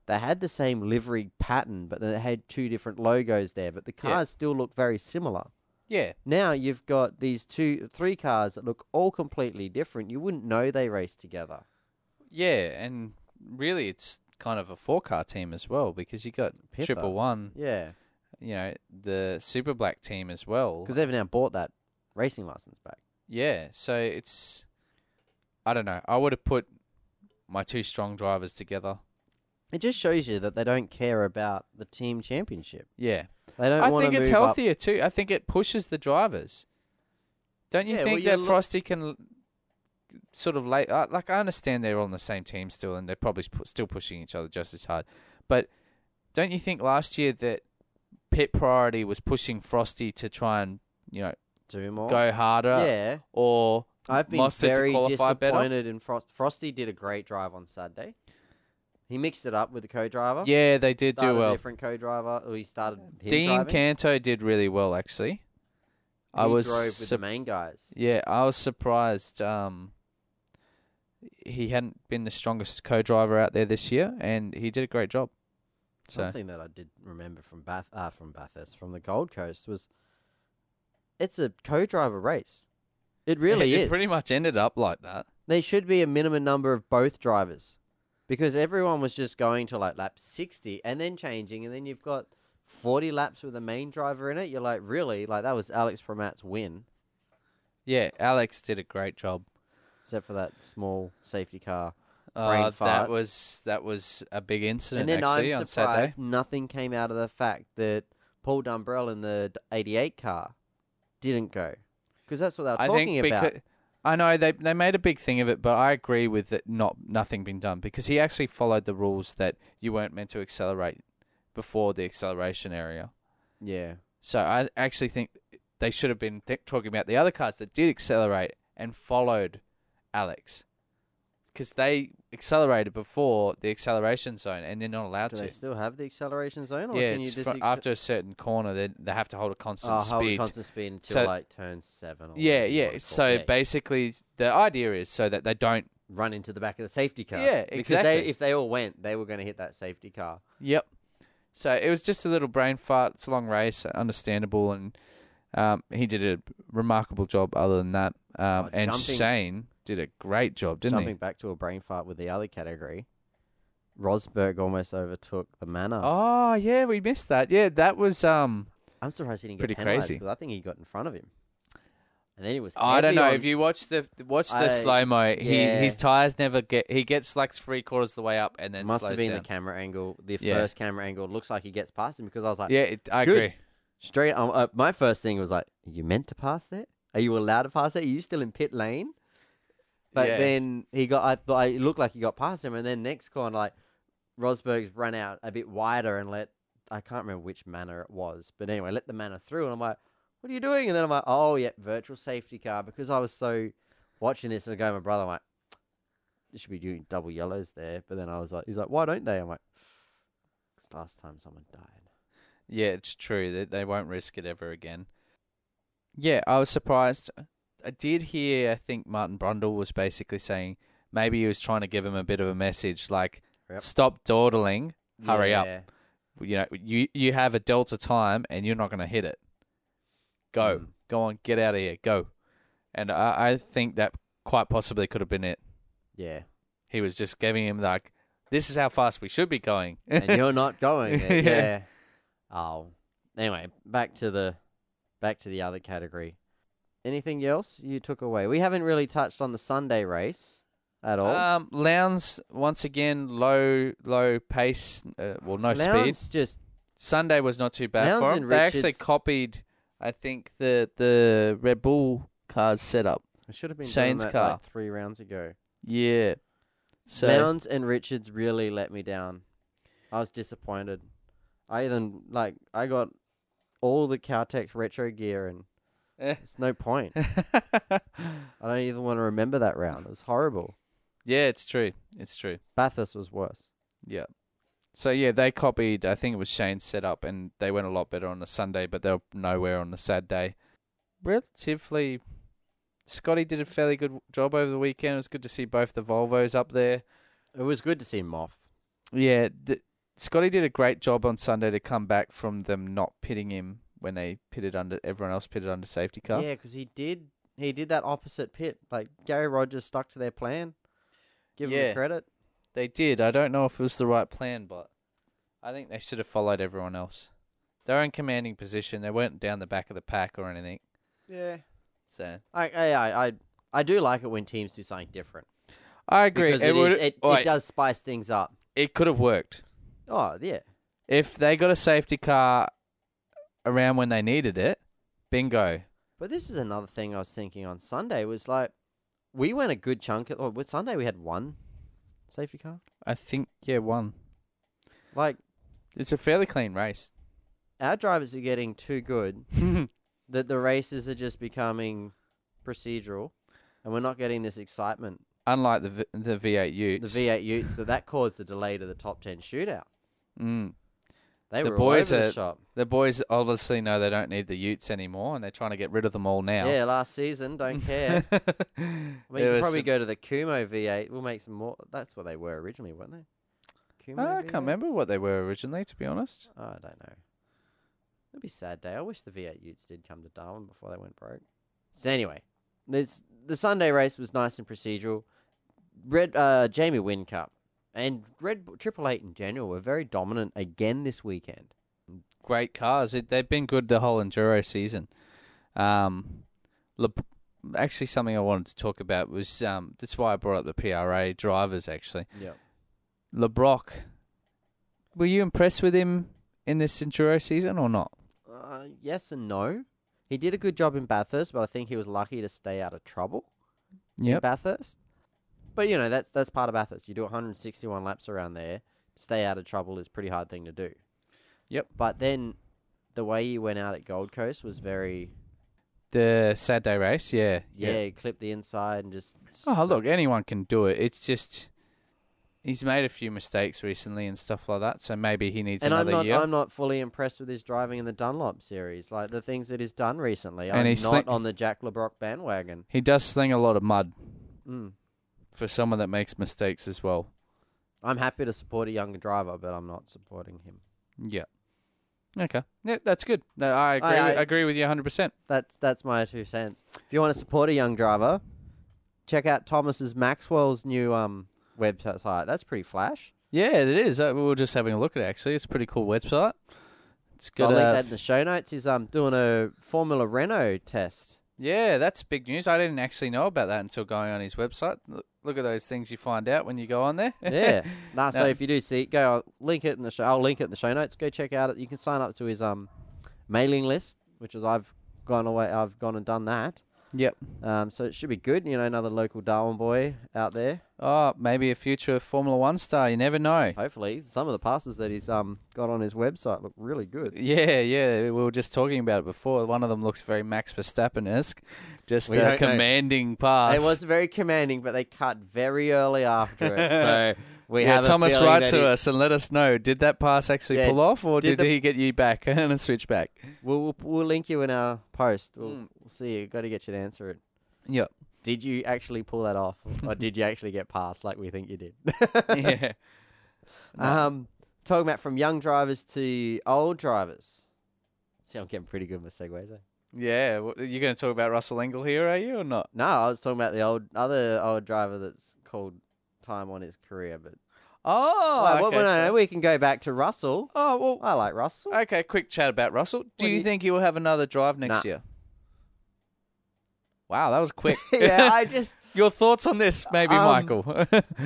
Speaker 1: They had the same livery pattern, but they had two different logos there. But the
Speaker 2: Yeah.
Speaker 1: cars still look very similar.
Speaker 2: Yeah.
Speaker 1: Now you've got these two, three cars that look all completely different. You wouldn't know they race together.
Speaker 2: Yeah. And really, it's kind of a four car team as well because you got
Speaker 1: Pither.
Speaker 2: Triple One,
Speaker 1: Yeah,
Speaker 2: you know, the Super Black team as well.
Speaker 1: because they've now bought that racing license back.
Speaker 2: Yeah, so it's I don't know. I would have put my two strong drivers together.
Speaker 1: It just shows you that they don't care about the team championship.
Speaker 2: Yeah.
Speaker 1: They don't.
Speaker 2: I
Speaker 1: wanna
Speaker 2: think it's
Speaker 1: move up-
Speaker 2: healthier too. I think it pushes the drivers. Don't you
Speaker 1: Yeah, well,
Speaker 2: think
Speaker 1: you're
Speaker 2: that
Speaker 1: lo-
Speaker 2: Frosty can l- sort of late uh, like I understand they're on the same team still and they're probably pu- still pushing each other just as hard. But don't you think last year that pit priority was pushing Frosty to try and, you know,
Speaker 1: Two more.
Speaker 2: go harder
Speaker 1: Oh, Yeah,
Speaker 2: or
Speaker 1: I've been
Speaker 2: Mustard to
Speaker 1: very
Speaker 2: qualify
Speaker 1: disappointed
Speaker 2: better?
Speaker 1: in Frost. Frosty did a great drive on Saturday. He mixed it up with the co-driver.
Speaker 2: yeah, they did
Speaker 1: started
Speaker 2: do well.
Speaker 1: A different co-driver. Or he started. Him
Speaker 2: Dean
Speaker 1: driving.
Speaker 2: Canto did really well actually.
Speaker 1: and
Speaker 2: I
Speaker 1: he
Speaker 2: was
Speaker 1: drove with
Speaker 2: sup-
Speaker 1: the main guys.
Speaker 2: yeah, I was surprised um he hadn't been the strongest co-driver out there this year and he did a great job. So
Speaker 1: Something that I did remember from Bath, uh, from Bathurst, from the Gold Coast was, it's a co-driver race. It really
Speaker 2: it,
Speaker 1: is.
Speaker 2: it pretty much ended up like that.
Speaker 1: There should be a minimum number of both drivers, because everyone was just going to like lap sixty and then changing, and then you've got forty laps with the main driver in it. You're like, really? Like that was Alex Pramat's win,
Speaker 2: Yeah, Alex did a great job.
Speaker 1: except for that small safety car. Brain
Speaker 2: Uh, that
Speaker 1: fart.
Speaker 2: was that was a big incident
Speaker 1: And then
Speaker 2: actually
Speaker 1: I'm
Speaker 2: on Saturday.
Speaker 1: surprised nothing came out of the fact that Paul Dumbrell in the d- 88 car didn't go. Because that's what they were
Speaker 2: I
Speaker 1: talking
Speaker 2: think
Speaker 1: about.
Speaker 2: because I know they they made a big thing of it, but I agree with it not nothing being done because he actually followed the rules that you weren't meant to accelerate before the acceleration area.
Speaker 1: yeah.
Speaker 2: So I actually think they should have been th- talking about the other cars that did accelerate and followed Alex because they accelerated before the acceleration zone and they're not allowed
Speaker 1: Do
Speaker 2: to.
Speaker 1: they still have the acceleration zone? Or
Speaker 2: yeah,
Speaker 1: can you
Speaker 2: it's
Speaker 1: just
Speaker 2: fro-
Speaker 1: acce-
Speaker 2: after a certain corner, they they have to hold a constant
Speaker 1: oh, hold
Speaker 2: speed.
Speaker 1: constant Oh, speed until
Speaker 2: So-
Speaker 1: like turn seven. Or
Speaker 2: yeah,
Speaker 1: whatever you wanna
Speaker 2: yeah.
Speaker 1: call
Speaker 2: So
Speaker 1: it.
Speaker 2: basically, the idea is so that they don't.
Speaker 1: run into the back of the safety car.
Speaker 2: Yeah,
Speaker 1: Because
Speaker 2: exactly.
Speaker 1: they, if they all went, they were going to hit that safety car.
Speaker 2: Yep. So it was just a little brain fart. It's a long race, understandable, and um, he did a remarkable job. Other than that, um,
Speaker 1: Oh,
Speaker 2: and
Speaker 1: jumping-
Speaker 2: Shane did a great job, didn't
Speaker 1: Jumping back to a brain fart with the other category, Rosberg almost overtook the Manor.
Speaker 2: he? Oh yeah, we missed that. Yeah, that was um.
Speaker 1: I'm surprised he didn't
Speaker 2: Pretty
Speaker 1: get penalized
Speaker 2: crazy.
Speaker 1: because I think he got in front of him, and then he was.
Speaker 2: I don't
Speaker 1: heavy
Speaker 2: know
Speaker 1: on-
Speaker 2: if you watch the watch the
Speaker 1: I-
Speaker 2: slow mo.
Speaker 1: yeah.
Speaker 2: He his tires never get. He gets like three quarters of the way up and then
Speaker 1: must
Speaker 2: slows
Speaker 1: have been
Speaker 2: down.
Speaker 1: the camera angle. The
Speaker 2: Yeah.
Speaker 1: first camera angle It looks like he gets past him because I was like,
Speaker 2: yeah, it, I
Speaker 1: Good.
Speaker 2: agree.
Speaker 1: straight. Um, uh, my first thing was like, are you meant to pass that? Are you allowed to pass that? Are you still in pit lane? But
Speaker 2: Yeah.
Speaker 1: then he got. I thought it looked like he got past him, and then next corner, like Rosberg's run out a bit wider and let I can't remember which manner it was, but anyway, let the manner through, and I'm like, what are you doing? And then I'm like, oh yeah, virtual safety car because I was so watching this and I go, to my brother, I'm like, you should be doing double yellows there, but then I was like, he's like, why don't they? I'm like, because last time someone died.
Speaker 2: Yeah, it's true. They they won't risk it ever again. Yeah, I was surprised. I did hear. I think Martin Brundle was basically saying maybe he was trying to give him a bit of a message, like
Speaker 1: Yep.
Speaker 2: stop dawdling. Hurry up.
Speaker 1: Yeah.
Speaker 2: You know, you you have a delta time and you're not going to hit it. Go,
Speaker 1: Mm.
Speaker 2: go on, get out of here, go. And I I think that quite possibly could have been it.
Speaker 1: Yeah.
Speaker 2: He was just giving him like, this is how fast we should be going.
Speaker 1: and you're not going there.
Speaker 2: Yeah.
Speaker 1: yeah. Oh. Anyway, back to the back to the other category. Anything else you took away? We haven't really touched on the Sunday race. at all.
Speaker 2: Um, Lowndes once again low low pace. Uh, well, no speed.
Speaker 1: Lowndes just
Speaker 2: Sunday was not too bad
Speaker 1: Lowndes
Speaker 2: for him.
Speaker 1: and
Speaker 2: They actually
Speaker 1: Richards-
Speaker 2: copied, I think, the the Red Bull car's setup.
Speaker 1: I should have been
Speaker 2: Shane's
Speaker 1: doing that
Speaker 2: car.
Speaker 1: like three rounds ago.
Speaker 2: Yeah. So
Speaker 1: Lowndes and Richards really let me down. I was disappointed. I even like I got all the Caltex retro gear and
Speaker 2: Eh.
Speaker 1: it's no point. I don't even want to remember that round. It was horrible.
Speaker 2: yeah, it's true. It's true.
Speaker 1: Bathurst was worse.
Speaker 2: Yeah. So yeah, they copied. I think it was Shane's setup, and they went a lot better on the Sunday, but they were nowhere on the Saturday. Relatively, Scotty did a fairly good job over the weekend. It was good to see both the Volvos up there.
Speaker 1: It was good to see Moff.
Speaker 2: Yeah, the, Scotty did a great job on Sunday to come back from them not pitting him when they pitted under everyone else pitted under safety
Speaker 1: Yeah,
Speaker 2: car.
Speaker 1: 'cause he did he did that opposite pit. Like Gary Rogers stuck to their plan. Give
Speaker 2: Yeah.
Speaker 1: him credit.
Speaker 2: They did. I don't know if it was the right plan, but I think they should have followed everyone else. They're in commanding position. They weren't down the back of the pack or anything.
Speaker 1: Yeah.
Speaker 2: So
Speaker 1: I I I I, I do like it when teams do something different.
Speaker 2: I agree.
Speaker 1: Because it, is,
Speaker 2: would-
Speaker 1: it, it
Speaker 2: Oi,
Speaker 1: does spice things up.
Speaker 2: it could have worked
Speaker 1: Oh yeah.
Speaker 2: if they got a safety car around when they needed it. Bingo.
Speaker 1: But this is another thing I was thinking on Sunday was like we went a good chunk of, or with Sunday we had one safety car.
Speaker 2: I think yeah, one.
Speaker 1: Like
Speaker 2: It's a fairly clean race.
Speaker 1: our drivers are getting too good that the races are just becoming procedural and we're not getting this excitement.
Speaker 2: Unlike the v- the V8 Utes,
Speaker 1: The V8 Utes, so that caused the delay to the top 10 shootout.
Speaker 2: mm,
Speaker 1: They
Speaker 2: The
Speaker 1: were
Speaker 2: boys
Speaker 1: all over
Speaker 2: are
Speaker 1: the shop.
Speaker 2: the boys obviously know they don't need the Utes anymore, and they're trying to get rid of them all now.
Speaker 1: Yeah, last season, don't care. I mean,
Speaker 2: There
Speaker 1: you could
Speaker 2: was
Speaker 1: probably
Speaker 2: some-
Speaker 1: go to the Kumo V8. We'll make some more. That's what they were originally, weren't they? Kumo
Speaker 2: I
Speaker 1: V8?
Speaker 2: can't remember what they were originally, to be honest.
Speaker 1: Oh, I don't know. It'd be a sad day. I wish the V8 Utes did come to Darwin before they went broke. So anyway, this the Sunday race was nice and procedural. Red uh, Jamie Wynn Cup and Red Bull- Triple Eight in general were very dominant again this weekend.
Speaker 2: Great cars. It, they've been good the whole enduro season. Um, Le- actually, something I wanted to talk about was um, that's why I brought up the PRA drivers. Actually,
Speaker 1: Yeah.
Speaker 2: LeBrock. Were you impressed with him in this enduro season or not?
Speaker 1: Uh, yes and no. He did a good job in Bathurst, but I think he was lucky to stay out of trouble. in
Speaker 2: Yep.
Speaker 1: Bathurst. But you know that's that's part of Bathurst. You do 161 laps around there. Stay out of trouble is a pretty hard thing to do.
Speaker 2: Yep.
Speaker 1: But then the way you went out at Gold Coast was very
Speaker 2: The Saturday race. Yeah.
Speaker 1: yeah, clip the inside and just
Speaker 2: Oh, look, anyone can do it. It's just he's made a few mistakes recently and stuff like that, so maybe he needs
Speaker 1: and I'm
Speaker 2: another
Speaker 1: not
Speaker 2: year.
Speaker 1: I'm not fully impressed with his driving in the Dunlop series. Like the things that he's done recently.
Speaker 2: And
Speaker 1: I'm
Speaker 2: he's
Speaker 1: not
Speaker 2: slick.
Speaker 1: on the Jack LeBrock bandwagon.
Speaker 2: He does sling a lot of mud
Speaker 1: Mm.
Speaker 2: for someone that makes mistakes as well.
Speaker 1: I'm happy to support a younger driver, but I'm not supporting him.
Speaker 2: Yeah. Okay. Yeah, that's good. No, I agree.
Speaker 1: I-
Speaker 2: with,
Speaker 1: I-
Speaker 2: agree with you 100%.
Speaker 1: That's that's my two cents. If you want to support a young driver, check out Thomas's Maxwell's new um website. That's pretty flash.
Speaker 2: Yeah, it is. Uh, we were just having a look at it, actually. It's a pretty cool website. It's
Speaker 1: I'll
Speaker 2: got
Speaker 1: link
Speaker 2: uh,
Speaker 1: that in the show notes. He's um doing a Formula Renault test.
Speaker 2: Yeah, that's big news. I didn't actually know about that until going on his website. Look, look at those things you find out when you go on there.
Speaker 1: Yeah. nah, so
Speaker 2: No.
Speaker 1: if you do see it, go on, link it in the show. I'll link it in the show notes. Go check out it. You can sign up to his um mailing list, which is I've gone away. I've gone and done that.
Speaker 2: yep.
Speaker 1: Um, so it should be good. You know, another local Darwin boy out there.
Speaker 2: Oh, maybe a future Formula One star. You never know.
Speaker 1: Hopefully, some of the passes that he's um got on his website look really good.
Speaker 2: Yeah, yeah. We were just talking about it before. One of them looks very Max Verstappen esque, just
Speaker 1: We
Speaker 2: a
Speaker 1: don't know.
Speaker 2: commanding pass.
Speaker 1: It was very commanding, but they cut very early after it. So we
Speaker 2: yeah,
Speaker 1: have a
Speaker 2: Thomas,
Speaker 1: feeling
Speaker 2: write
Speaker 1: that
Speaker 2: to
Speaker 1: it-
Speaker 2: us and let us know. Did that pass actually
Speaker 1: Yeah,
Speaker 2: pull off, or
Speaker 1: did
Speaker 2: did,
Speaker 1: the-
Speaker 2: he get you back and a switch back?
Speaker 1: We'll, we'll we'll link you in our post. We'll,
Speaker 2: Mm.
Speaker 1: we'll see. you got to get you to answer it.
Speaker 2: Yep.
Speaker 1: Did you actually pull that off, or did you actually get past like we think you did?
Speaker 2: yeah.
Speaker 1: Um, talking about from young drivers to old drivers. See, I'm getting pretty good with segues. Eh?
Speaker 2: Yeah. wh- You're going to talk about Russell Engel here, are you, or not?
Speaker 1: No, I was talking about the old other old driver that's called time on his career, but
Speaker 2: Oh,
Speaker 1: Well, well,
Speaker 2: okay,
Speaker 1: no,
Speaker 2: so-
Speaker 1: no, we can go back to Russell.
Speaker 2: oh
Speaker 1: I like Russell.
Speaker 2: well. Okay, quick chat about Russell. Do
Speaker 1: Well,
Speaker 2: you
Speaker 1: you-
Speaker 2: think he will have another drive
Speaker 1: Nah.
Speaker 2: next year? Wow, that was quick.
Speaker 1: yeah, I just
Speaker 2: Your thoughts on this, maybe,
Speaker 1: Um,
Speaker 2: Michael?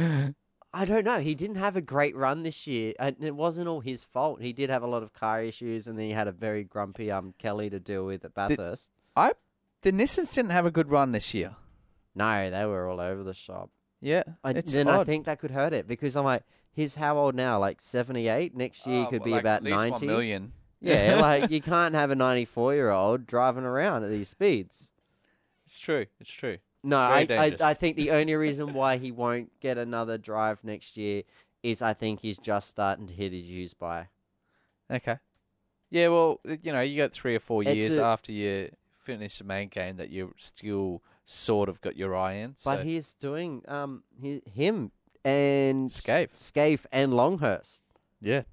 Speaker 1: I don't know. He didn't have a great run this year, and it wasn't all his fault. He did have a lot of car issues, and then he had a very grumpy um Kelly to deal with at Bathurst.
Speaker 2: the Nissans didn't have a good run this year.
Speaker 1: No, they were all over the shop.
Speaker 2: Yeah,
Speaker 1: I,
Speaker 2: it's
Speaker 1: then I
Speaker 2: odd.
Speaker 1: think that could hurt it because I'm like, he's how old now? Like seventy eight. Next year he
Speaker 2: Oh,
Speaker 1: could
Speaker 2: well,
Speaker 1: be
Speaker 2: like,
Speaker 1: about
Speaker 2: at least
Speaker 1: ninety.
Speaker 2: One million.
Speaker 1: Yeah, like you can't have a ninety four year old driving around at these speeds.
Speaker 2: it's true. It's true.
Speaker 1: No, I,
Speaker 2: It's very
Speaker 1: I, I
Speaker 2: dangerous.
Speaker 1: think the only reason why he won't get another drive next year is I think he's just starting to hit his use by.
Speaker 2: Okay. Yeah, well, you know, you got three or four
Speaker 1: It's
Speaker 2: years
Speaker 1: a-
Speaker 2: after you finish the main game that you still sort of got your eye in. So
Speaker 1: But he's doing um he, him and
Speaker 2: Scaife.
Speaker 1: Scaife and Longhurst.
Speaker 2: Yeah,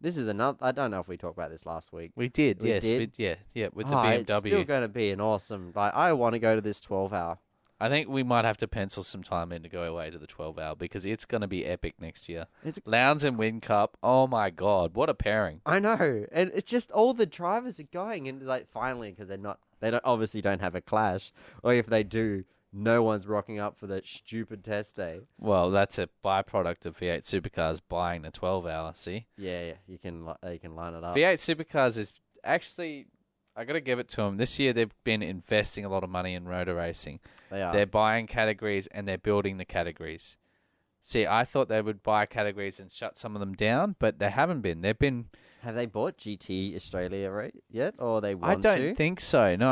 Speaker 1: This is another. I don't know if we talked about this last week.
Speaker 2: we did.
Speaker 1: We
Speaker 2: yes,
Speaker 1: did?
Speaker 2: We, yeah, yeah, with the
Speaker 1: Ah,
Speaker 2: BMW.
Speaker 1: it's still going to be an awesome. Like I want to go to this twelve hour.
Speaker 2: I think we might have to pencil some time in to go away to the 12 hour because it's going to be epic next year.
Speaker 1: It's-
Speaker 2: Lowndes and Win Cup. Oh my God, what a pairing!
Speaker 1: I know, and it's just all the drivers are going, and like finally, because they're not, they don't obviously don't have a clash, or if they do, no one's rocking up for that stupid test day.
Speaker 2: Well, that's a byproduct of V8 Supercars buying the 12 hour. See,
Speaker 1: Yeah, yeah, you can, li- you can line it up.
Speaker 2: V8 Supercars is actually. I got to give it to them. This year they've been investing a lot of money in rotor racing.
Speaker 1: They are.
Speaker 2: They're buying categories and they're building the categories. See, I thought they would buy categories and shut some of them down, but they haven't been. They've been.
Speaker 1: Have they bought GT Australia right yet, or they want
Speaker 2: I don't
Speaker 1: to?
Speaker 2: think so. No,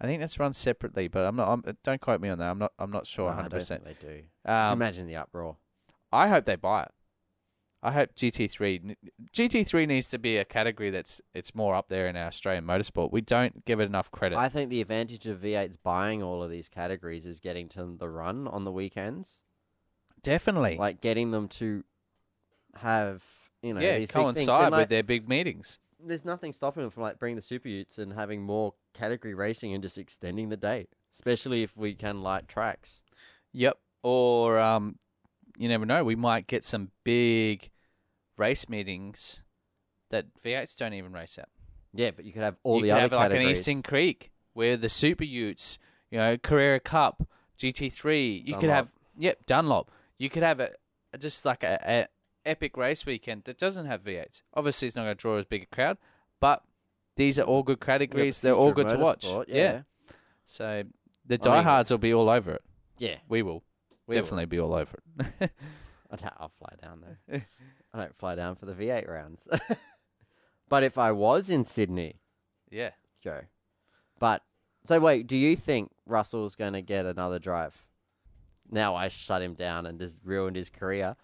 Speaker 2: I think that's run separately, but I'm not. I'm, don't quote me on that. I'm not. I'm not sure.
Speaker 1: No, I
Speaker 2: 100.
Speaker 1: don't
Speaker 2: percent
Speaker 1: think they do. Could you
Speaker 2: um,
Speaker 1: imagine the uproar.
Speaker 2: I hope they buy it. I hope GT3 GT3 needs to be a category that's it's more up there in our Australian motorsport. We don't give it enough credit.
Speaker 1: I think the advantage of V8's buying all of these categories is getting to the run on the weekends,
Speaker 2: Definitely,
Speaker 1: like getting them to have you know
Speaker 2: yeah,
Speaker 1: these big things. And,
Speaker 2: coincide
Speaker 1: like,
Speaker 2: with their big meetings.
Speaker 1: there's nothing stopping them from like bringing the super utes and having more category racing and just extending the date, especially if we can light tracks.
Speaker 2: Yep. Or um, you never know. We might get some big race meetings that V8s don't even race at.
Speaker 1: Yeah, but you could have all
Speaker 2: you
Speaker 1: the
Speaker 2: could
Speaker 1: other
Speaker 2: have
Speaker 1: categories.
Speaker 2: like an Eastern Creek where the Super Utes, you know, Carrera Cup, GT3. You could
Speaker 1: Dunlop.
Speaker 2: have yep Dunlop. You could have a a- just like a, a epic race weekend that doesn't have V8s. Obviously, it's not going to draw as big a crowd, but these are all good
Speaker 1: You've got the
Speaker 2: categories. They're all
Speaker 1: future
Speaker 2: good
Speaker 1: of
Speaker 2: to watch.
Speaker 1: motorsport,
Speaker 2: So the
Speaker 1: I mean-
Speaker 2: diehards will be all over it.
Speaker 1: yeah.
Speaker 2: We will
Speaker 1: We will.
Speaker 2: definitely be all over it.
Speaker 1: I don't, I'll fly down there. I don't fly down for the V8 rounds. but if I was in Sydney,
Speaker 2: yeah.
Speaker 1: go. But so wait, do you think Russell's going to get another drive? Now I shut him down and just ruined his career.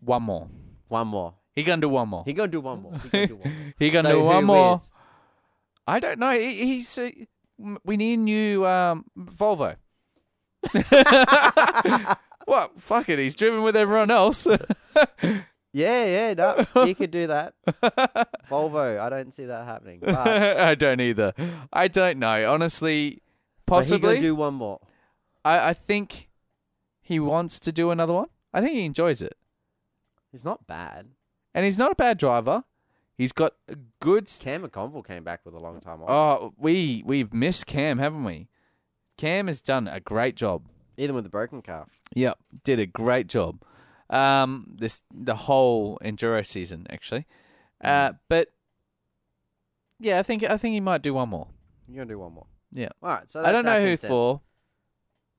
Speaker 2: One more.
Speaker 1: One more.
Speaker 2: He gonna do one more.
Speaker 1: He gonna do one more. He gonna do one more.
Speaker 2: He gonna
Speaker 1: So
Speaker 2: do one
Speaker 1: who
Speaker 2: more.
Speaker 1: wins?
Speaker 2: I don't know. He, he's uh, m- we need a new um, Volvo. what? Fuck it. He's driven with everyone else.
Speaker 1: Yeah, yeah, no, he could do that. Volvo, I don't see that happening. But,
Speaker 2: I don't either. I don't know. Honestly,
Speaker 1: but he
Speaker 2: possibly.
Speaker 1: could do one more.
Speaker 2: I, I think he wants to do another one. I think he enjoys it,
Speaker 1: He's not bad.
Speaker 2: and he's not a bad driver. He's got a good. s-
Speaker 1: Cam McConville came back with a long time off.
Speaker 2: Oh, we we've missed Cam, haven't we? Cam has done a great job.
Speaker 1: Even with the broken calf.
Speaker 2: Yep, did a great job. Um, this the whole enduro season actually,
Speaker 1: Hmm.
Speaker 2: uh, but yeah, I think I think he might do one more.
Speaker 1: You're gonna do one more.
Speaker 2: Yeah.
Speaker 1: All right. So that's
Speaker 2: I don't
Speaker 1: our
Speaker 2: know who
Speaker 1: consensus.
Speaker 2: for.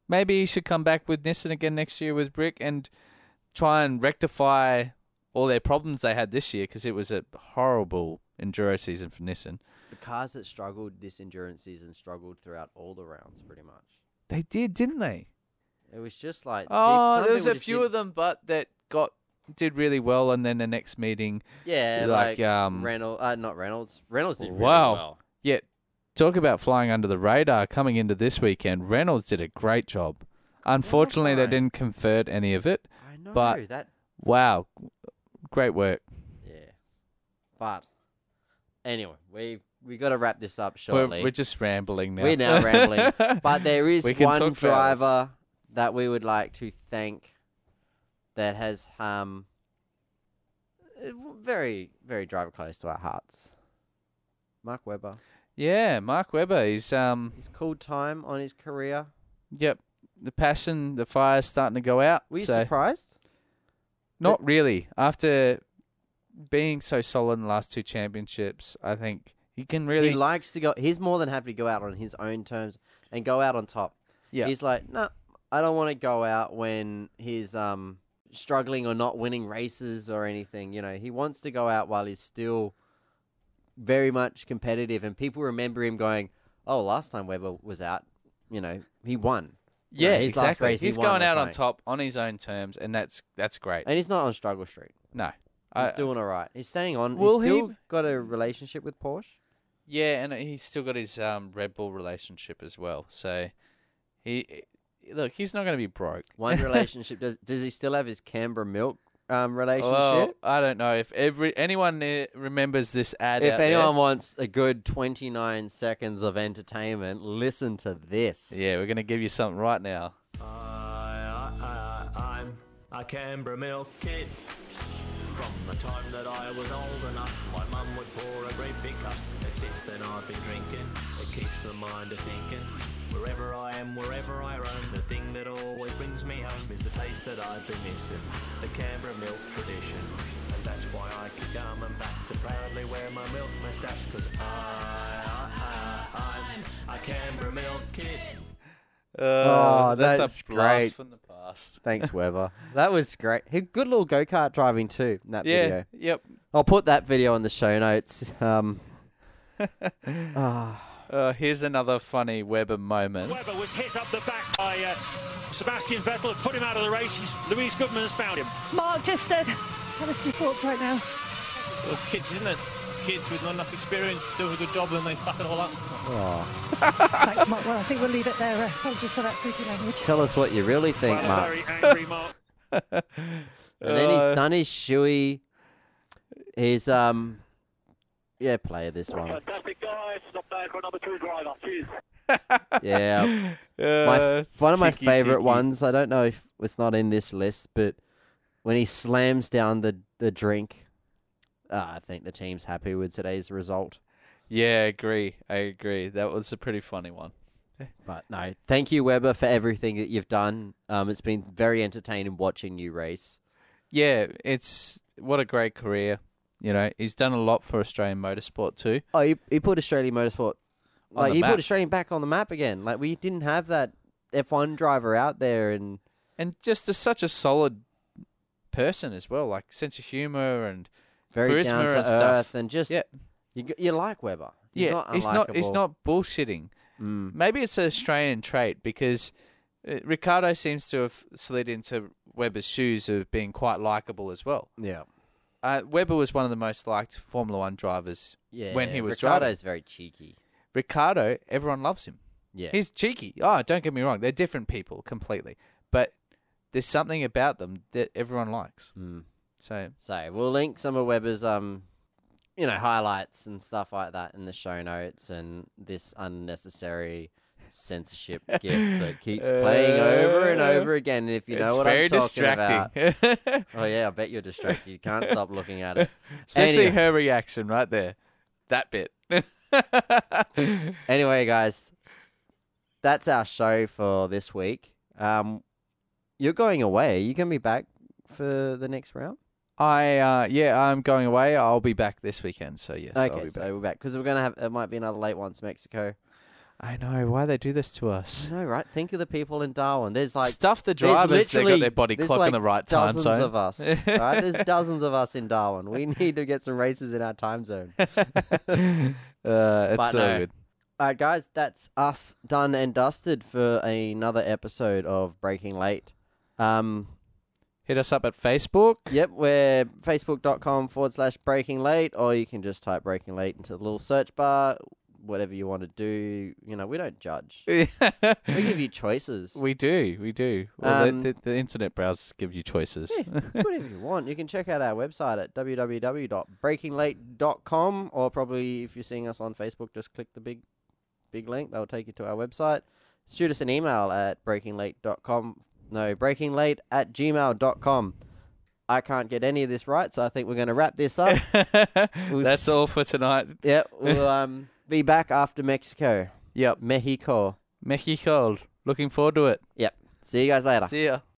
Speaker 2: Maybe he should come back with Nissan again next year with Brick and try and rectify all their problems they had this year because it was a horrible enduro season for Nissan.
Speaker 1: The cars that struggled this endurance season struggled throughout all the rounds, pretty much.
Speaker 2: They did, didn't they?
Speaker 1: It was just like
Speaker 2: Oh, there was a few of them, but that got did really well, and then the next meeting
Speaker 1: Yeah,
Speaker 2: like,
Speaker 1: like,
Speaker 2: um,
Speaker 1: Reynolds. Uh, not Reynolds. Reynolds did really
Speaker 2: Wow.
Speaker 1: well.
Speaker 2: Yeah, talk about flying under the radar coming into this weekend. Reynolds did a great job. Unfortunately, they
Speaker 1: fine.
Speaker 2: didn't convert any of it.
Speaker 1: I know
Speaker 2: But-
Speaker 1: that.
Speaker 2: Wow, great work.
Speaker 1: Yeah, but anyway, we we got to wrap this up
Speaker 2: We're,
Speaker 1: shortly.
Speaker 2: we're just rambling now.
Speaker 1: We're now rambling. But there is
Speaker 2: We can
Speaker 1: one
Speaker 2: talk about this.
Speaker 1: driver that we would like to thank that has um very very driver close to our hearts. Mark Webber.
Speaker 2: Yeah, Mark Webber. He's um,
Speaker 1: He's called time on his career.
Speaker 2: yep, the passion, the fire's starting to go out.
Speaker 1: Were you
Speaker 2: so
Speaker 1: surprised?
Speaker 2: not really. After being so solid in the last two championships, I think he can really.
Speaker 1: He likes to go. He's more than happy to go out on his own terms and go out on top.
Speaker 2: Yeah.
Speaker 1: He's like, no, I don't want to go out when he's um struggling or not winning races or anything. You know, he wants to go out while he's still very much competitive, and people remember him going, "Oh, last time Weber was out, you know, he won." you know,
Speaker 2: yeah,
Speaker 1: his last
Speaker 2: exactly.
Speaker 1: race he
Speaker 2: he's
Speaker 1: won
Speaker 2: going
Speaker 1: or
Speaker 2: out on
Speaker 1: something.
Speaker 2: top on his own terms, and that's that's great.
Speaker 1: and he's not on struggle street.
Speaker 2: No,
Speaker 1: He's
Speaker 2: I,
Speaker 1: doing all right. He's staying on.
Speaker 2: Will
Speaker 1: he's
Speaker 2: he-
Speaker 1: still got a relationship with Porsche.
Speaker 2: Yeah, and he's still got his um, Red Bull relationship as well. So he look, he's not going to be broke.
Speaker 1: One relationship does. Does he still have his Canberra milk um, relationship?
Speaker 2: Well, I don't know if every anyone uh, remembers this ad.
Speaker 1: if
Speaker 2: out there-
Speaker 1: anyone wants a good 29 seconds of entertainment, listen to this.
Speaker 2: yeah, we're going to give you something right now.
Speaker 3: I, I, I, I'm a Canberra milk kid. From the time that I was old enough, my mum would pour a great big cup. And since then I've been drinking, it keeps the mind a thinking. Wherever I am, wherever I roam, the thing that always brings me home is the taste that I've been missing. The Canberra milk tradition. And that's why I keep coming back to proudly wear my milk moustache, cause I, I, I, I'm a Canberra milk kid.
Speaker 1: Oh, that's
Speaker 2: a blast
Speaker 1: great.
Speaker 2: from the past.
Speaker 1: Thanks, Weber. that was great. He- Good little go kart driving, too, in that
Speaker 2: Yeah.
Speaker 1: video.
Speaker 2: Yep.
Speaker 1: I'll put that video on the show notes. Um, ah,
Speaker 2: Uh, here's another funny Weber moment.
Speaker 4: Weber was hit up the back by uh, Sebastian Vettel, put him out of the race. He's, Louise Goodman has found him.
Speaker 5: Mark, just uh, tell us your thoughts right now.
Speaker 6: Well, it's kids, isn't it? Kids with not enough experience do a good job and they fuck it all up.
Speaker 5: Thanks, Mark. Well, I think we'll leave it there. Uh, apologies for that fruity language.
Speaker 1: tell us what you really think,
Speaker 4: Well, a
Speaker 1: Mark.
Speaker 4: very angry Mark.
Speaker 1: And then he's
Speaker 2: Uh,
Speaker 1: done his shoey. He's, um, yeah, play this one.
Speaker 7: Fantastic, guys. Not bad for a number two driver. Cheers.
Speaker 1: Yeah. my
Speaker 2: Uh,
Speaker 1: f-
Speaker 2: it's
Speaker 1: one of my
Speaker 2: cheeky,
Speaker 1: favorite
Speaker 2: cheeky.
Speaker 1: ones. I don't know if it's not in this list, but when he slams down the the drink, uh, I think the team's happy with today's result.
Speaker 2: Yeah, I agree. I agree. That was a pretty funny one.
Speaker 1: But no, thank you Weber for everything that you've done. Um, it's been very entertaining watching you race.
Speaker 2: Yeah, it's what a great career. You know, he's done a lot for Australian motorsport too.
Speaker 1: Oh, he, he put Australian motorsport
Speaker 2: On
Speaker 1: like
Speaker 2: the
Speaker 1: he
Speaker 2: map.
Speaker 1: put Australian back on the map again. Like we didn't have that F one driver out there, and
Speaker 2: and just a, such a solid person as well, like sense of humor and
Speaker 1: very
Speaker 2: Charisma
Speaker 1: down to
Speaker 2: and
Speaker 1: earth,
Speaker 2: stuff.
Speaker 1: and just
Speaker 2: Yeah.
Speaker 1: you g- you like Weber. He's
Speaker 2: yeah,
Speaker 1: not
Speaker 2: it's not it's
Speaker 1: unlikable.
Speaker 2: not bullshitting.
Speaker 1: Mm.
Speaker 2: Maybe it's an Australian trait because uh, Ricardo seems to have slid into Webber's shoes of being quite likable as well.
Speaker 1: Yeah.
Speaker 2: Uh, Webber was one of the most liked Formula One drivers
Speaker 1: Yeah,
Speaker 2: when he was driving.
Speaker 1: Ricardo's very cheeky.
Speaker 2: Ricardo, everyone loves him.
Speaker 1: Yeah,
Speaker 2: He's cheeky. Oh, don't get me wrong, they're different people completely, but there's something about them that everyone likes.
Speaker 1: Mm.
Speaker 2: So
Speaker 1: so we'll link some of Weber's um, you know, highlights and stuff like that in the show notes and this unnecessary censorship gift that keeps playing over and over again. And if you know
Speaker 2: Uh, it's
Speaker 1: what
Speaker 2: very
Speaker 1: I'm talking about,
Speaker 2: distracting.
Speaker 1: oh yeah, I bet you're distracted. You can't stop looking at it.
Speaker 2: Especially
Speaker 1: Anyway.
Speaker 2: her reaction right there. That bit.
Speaker 1: Anyway, guys, that's our show for this week. Um, you're going away. Are you gonna be back for the next round?
Speaker 2: I uh yeah, I'm going away. I'll be back this weekend, so yes, I'll
Speaker 1: Okay,
Speaker 2: be
Speaker 1: so
Speaker 2: back.
Speaker 1: we're back because we're gonna have. It might be another late one to Mexico.
Speaker 2: I know why they do this to us.
Speaker 1: No, right? Think of the people in Darwin. There's like
Speaker 2: Stuff the
Speaker 1: there's
Speaker 2: drivers they got
Speaker 1: literally-
Speaker 2: their body
Speaker 1: there's
Speaker 2: clock
Speaker 1: like
Speaker 2: in the right time
Speaker 1: dozens
Speaker 2: zone.
Speaker 1: of us, right? There's dozens of us in Darwin. We need to get some races in our time zone. All
Speaker 2: uh, it's
Speaker 1: But
Speaker 2: so
Speaker 1: no.
Speaker 2: good.
Speaker 1: right, guys, that's us done and dusted for another episode of Breaking Late. Um,
Speaker 2: Hit us up at Facebook.
Speaker 1: yep, we're facebook.com forward slash breaking late, or you can just type breaking late into the little search bar, whatever you want to do. You know, we don't judge, we give you choices.
Speaker 2: we do, we do. Well,
Speaker 1: Um,
Speaker 2: the, the, the internet browsers give you choices.
Speaker 1: Do whatever you want. You can check out our website at www.breakinglate.com or probably if you're seeing us on Facebook, just click the big big link. That'll take you to our website. Shoot us an email at breakinglate.com. No, breakinglate at gmail.com. I can't get any of this right, so I think we're going to wrap this up.
Speaker 2: That's all for tonight.
Speaker 1: yep. We'll um, be back after Mexico.
Speaker 2: Yep.
Speaker 1: Mexico.
Speaker 2: Mexico. Looking forward to it.
Speaker 1: Yep. See you guys later.
Speaker 2: See ya.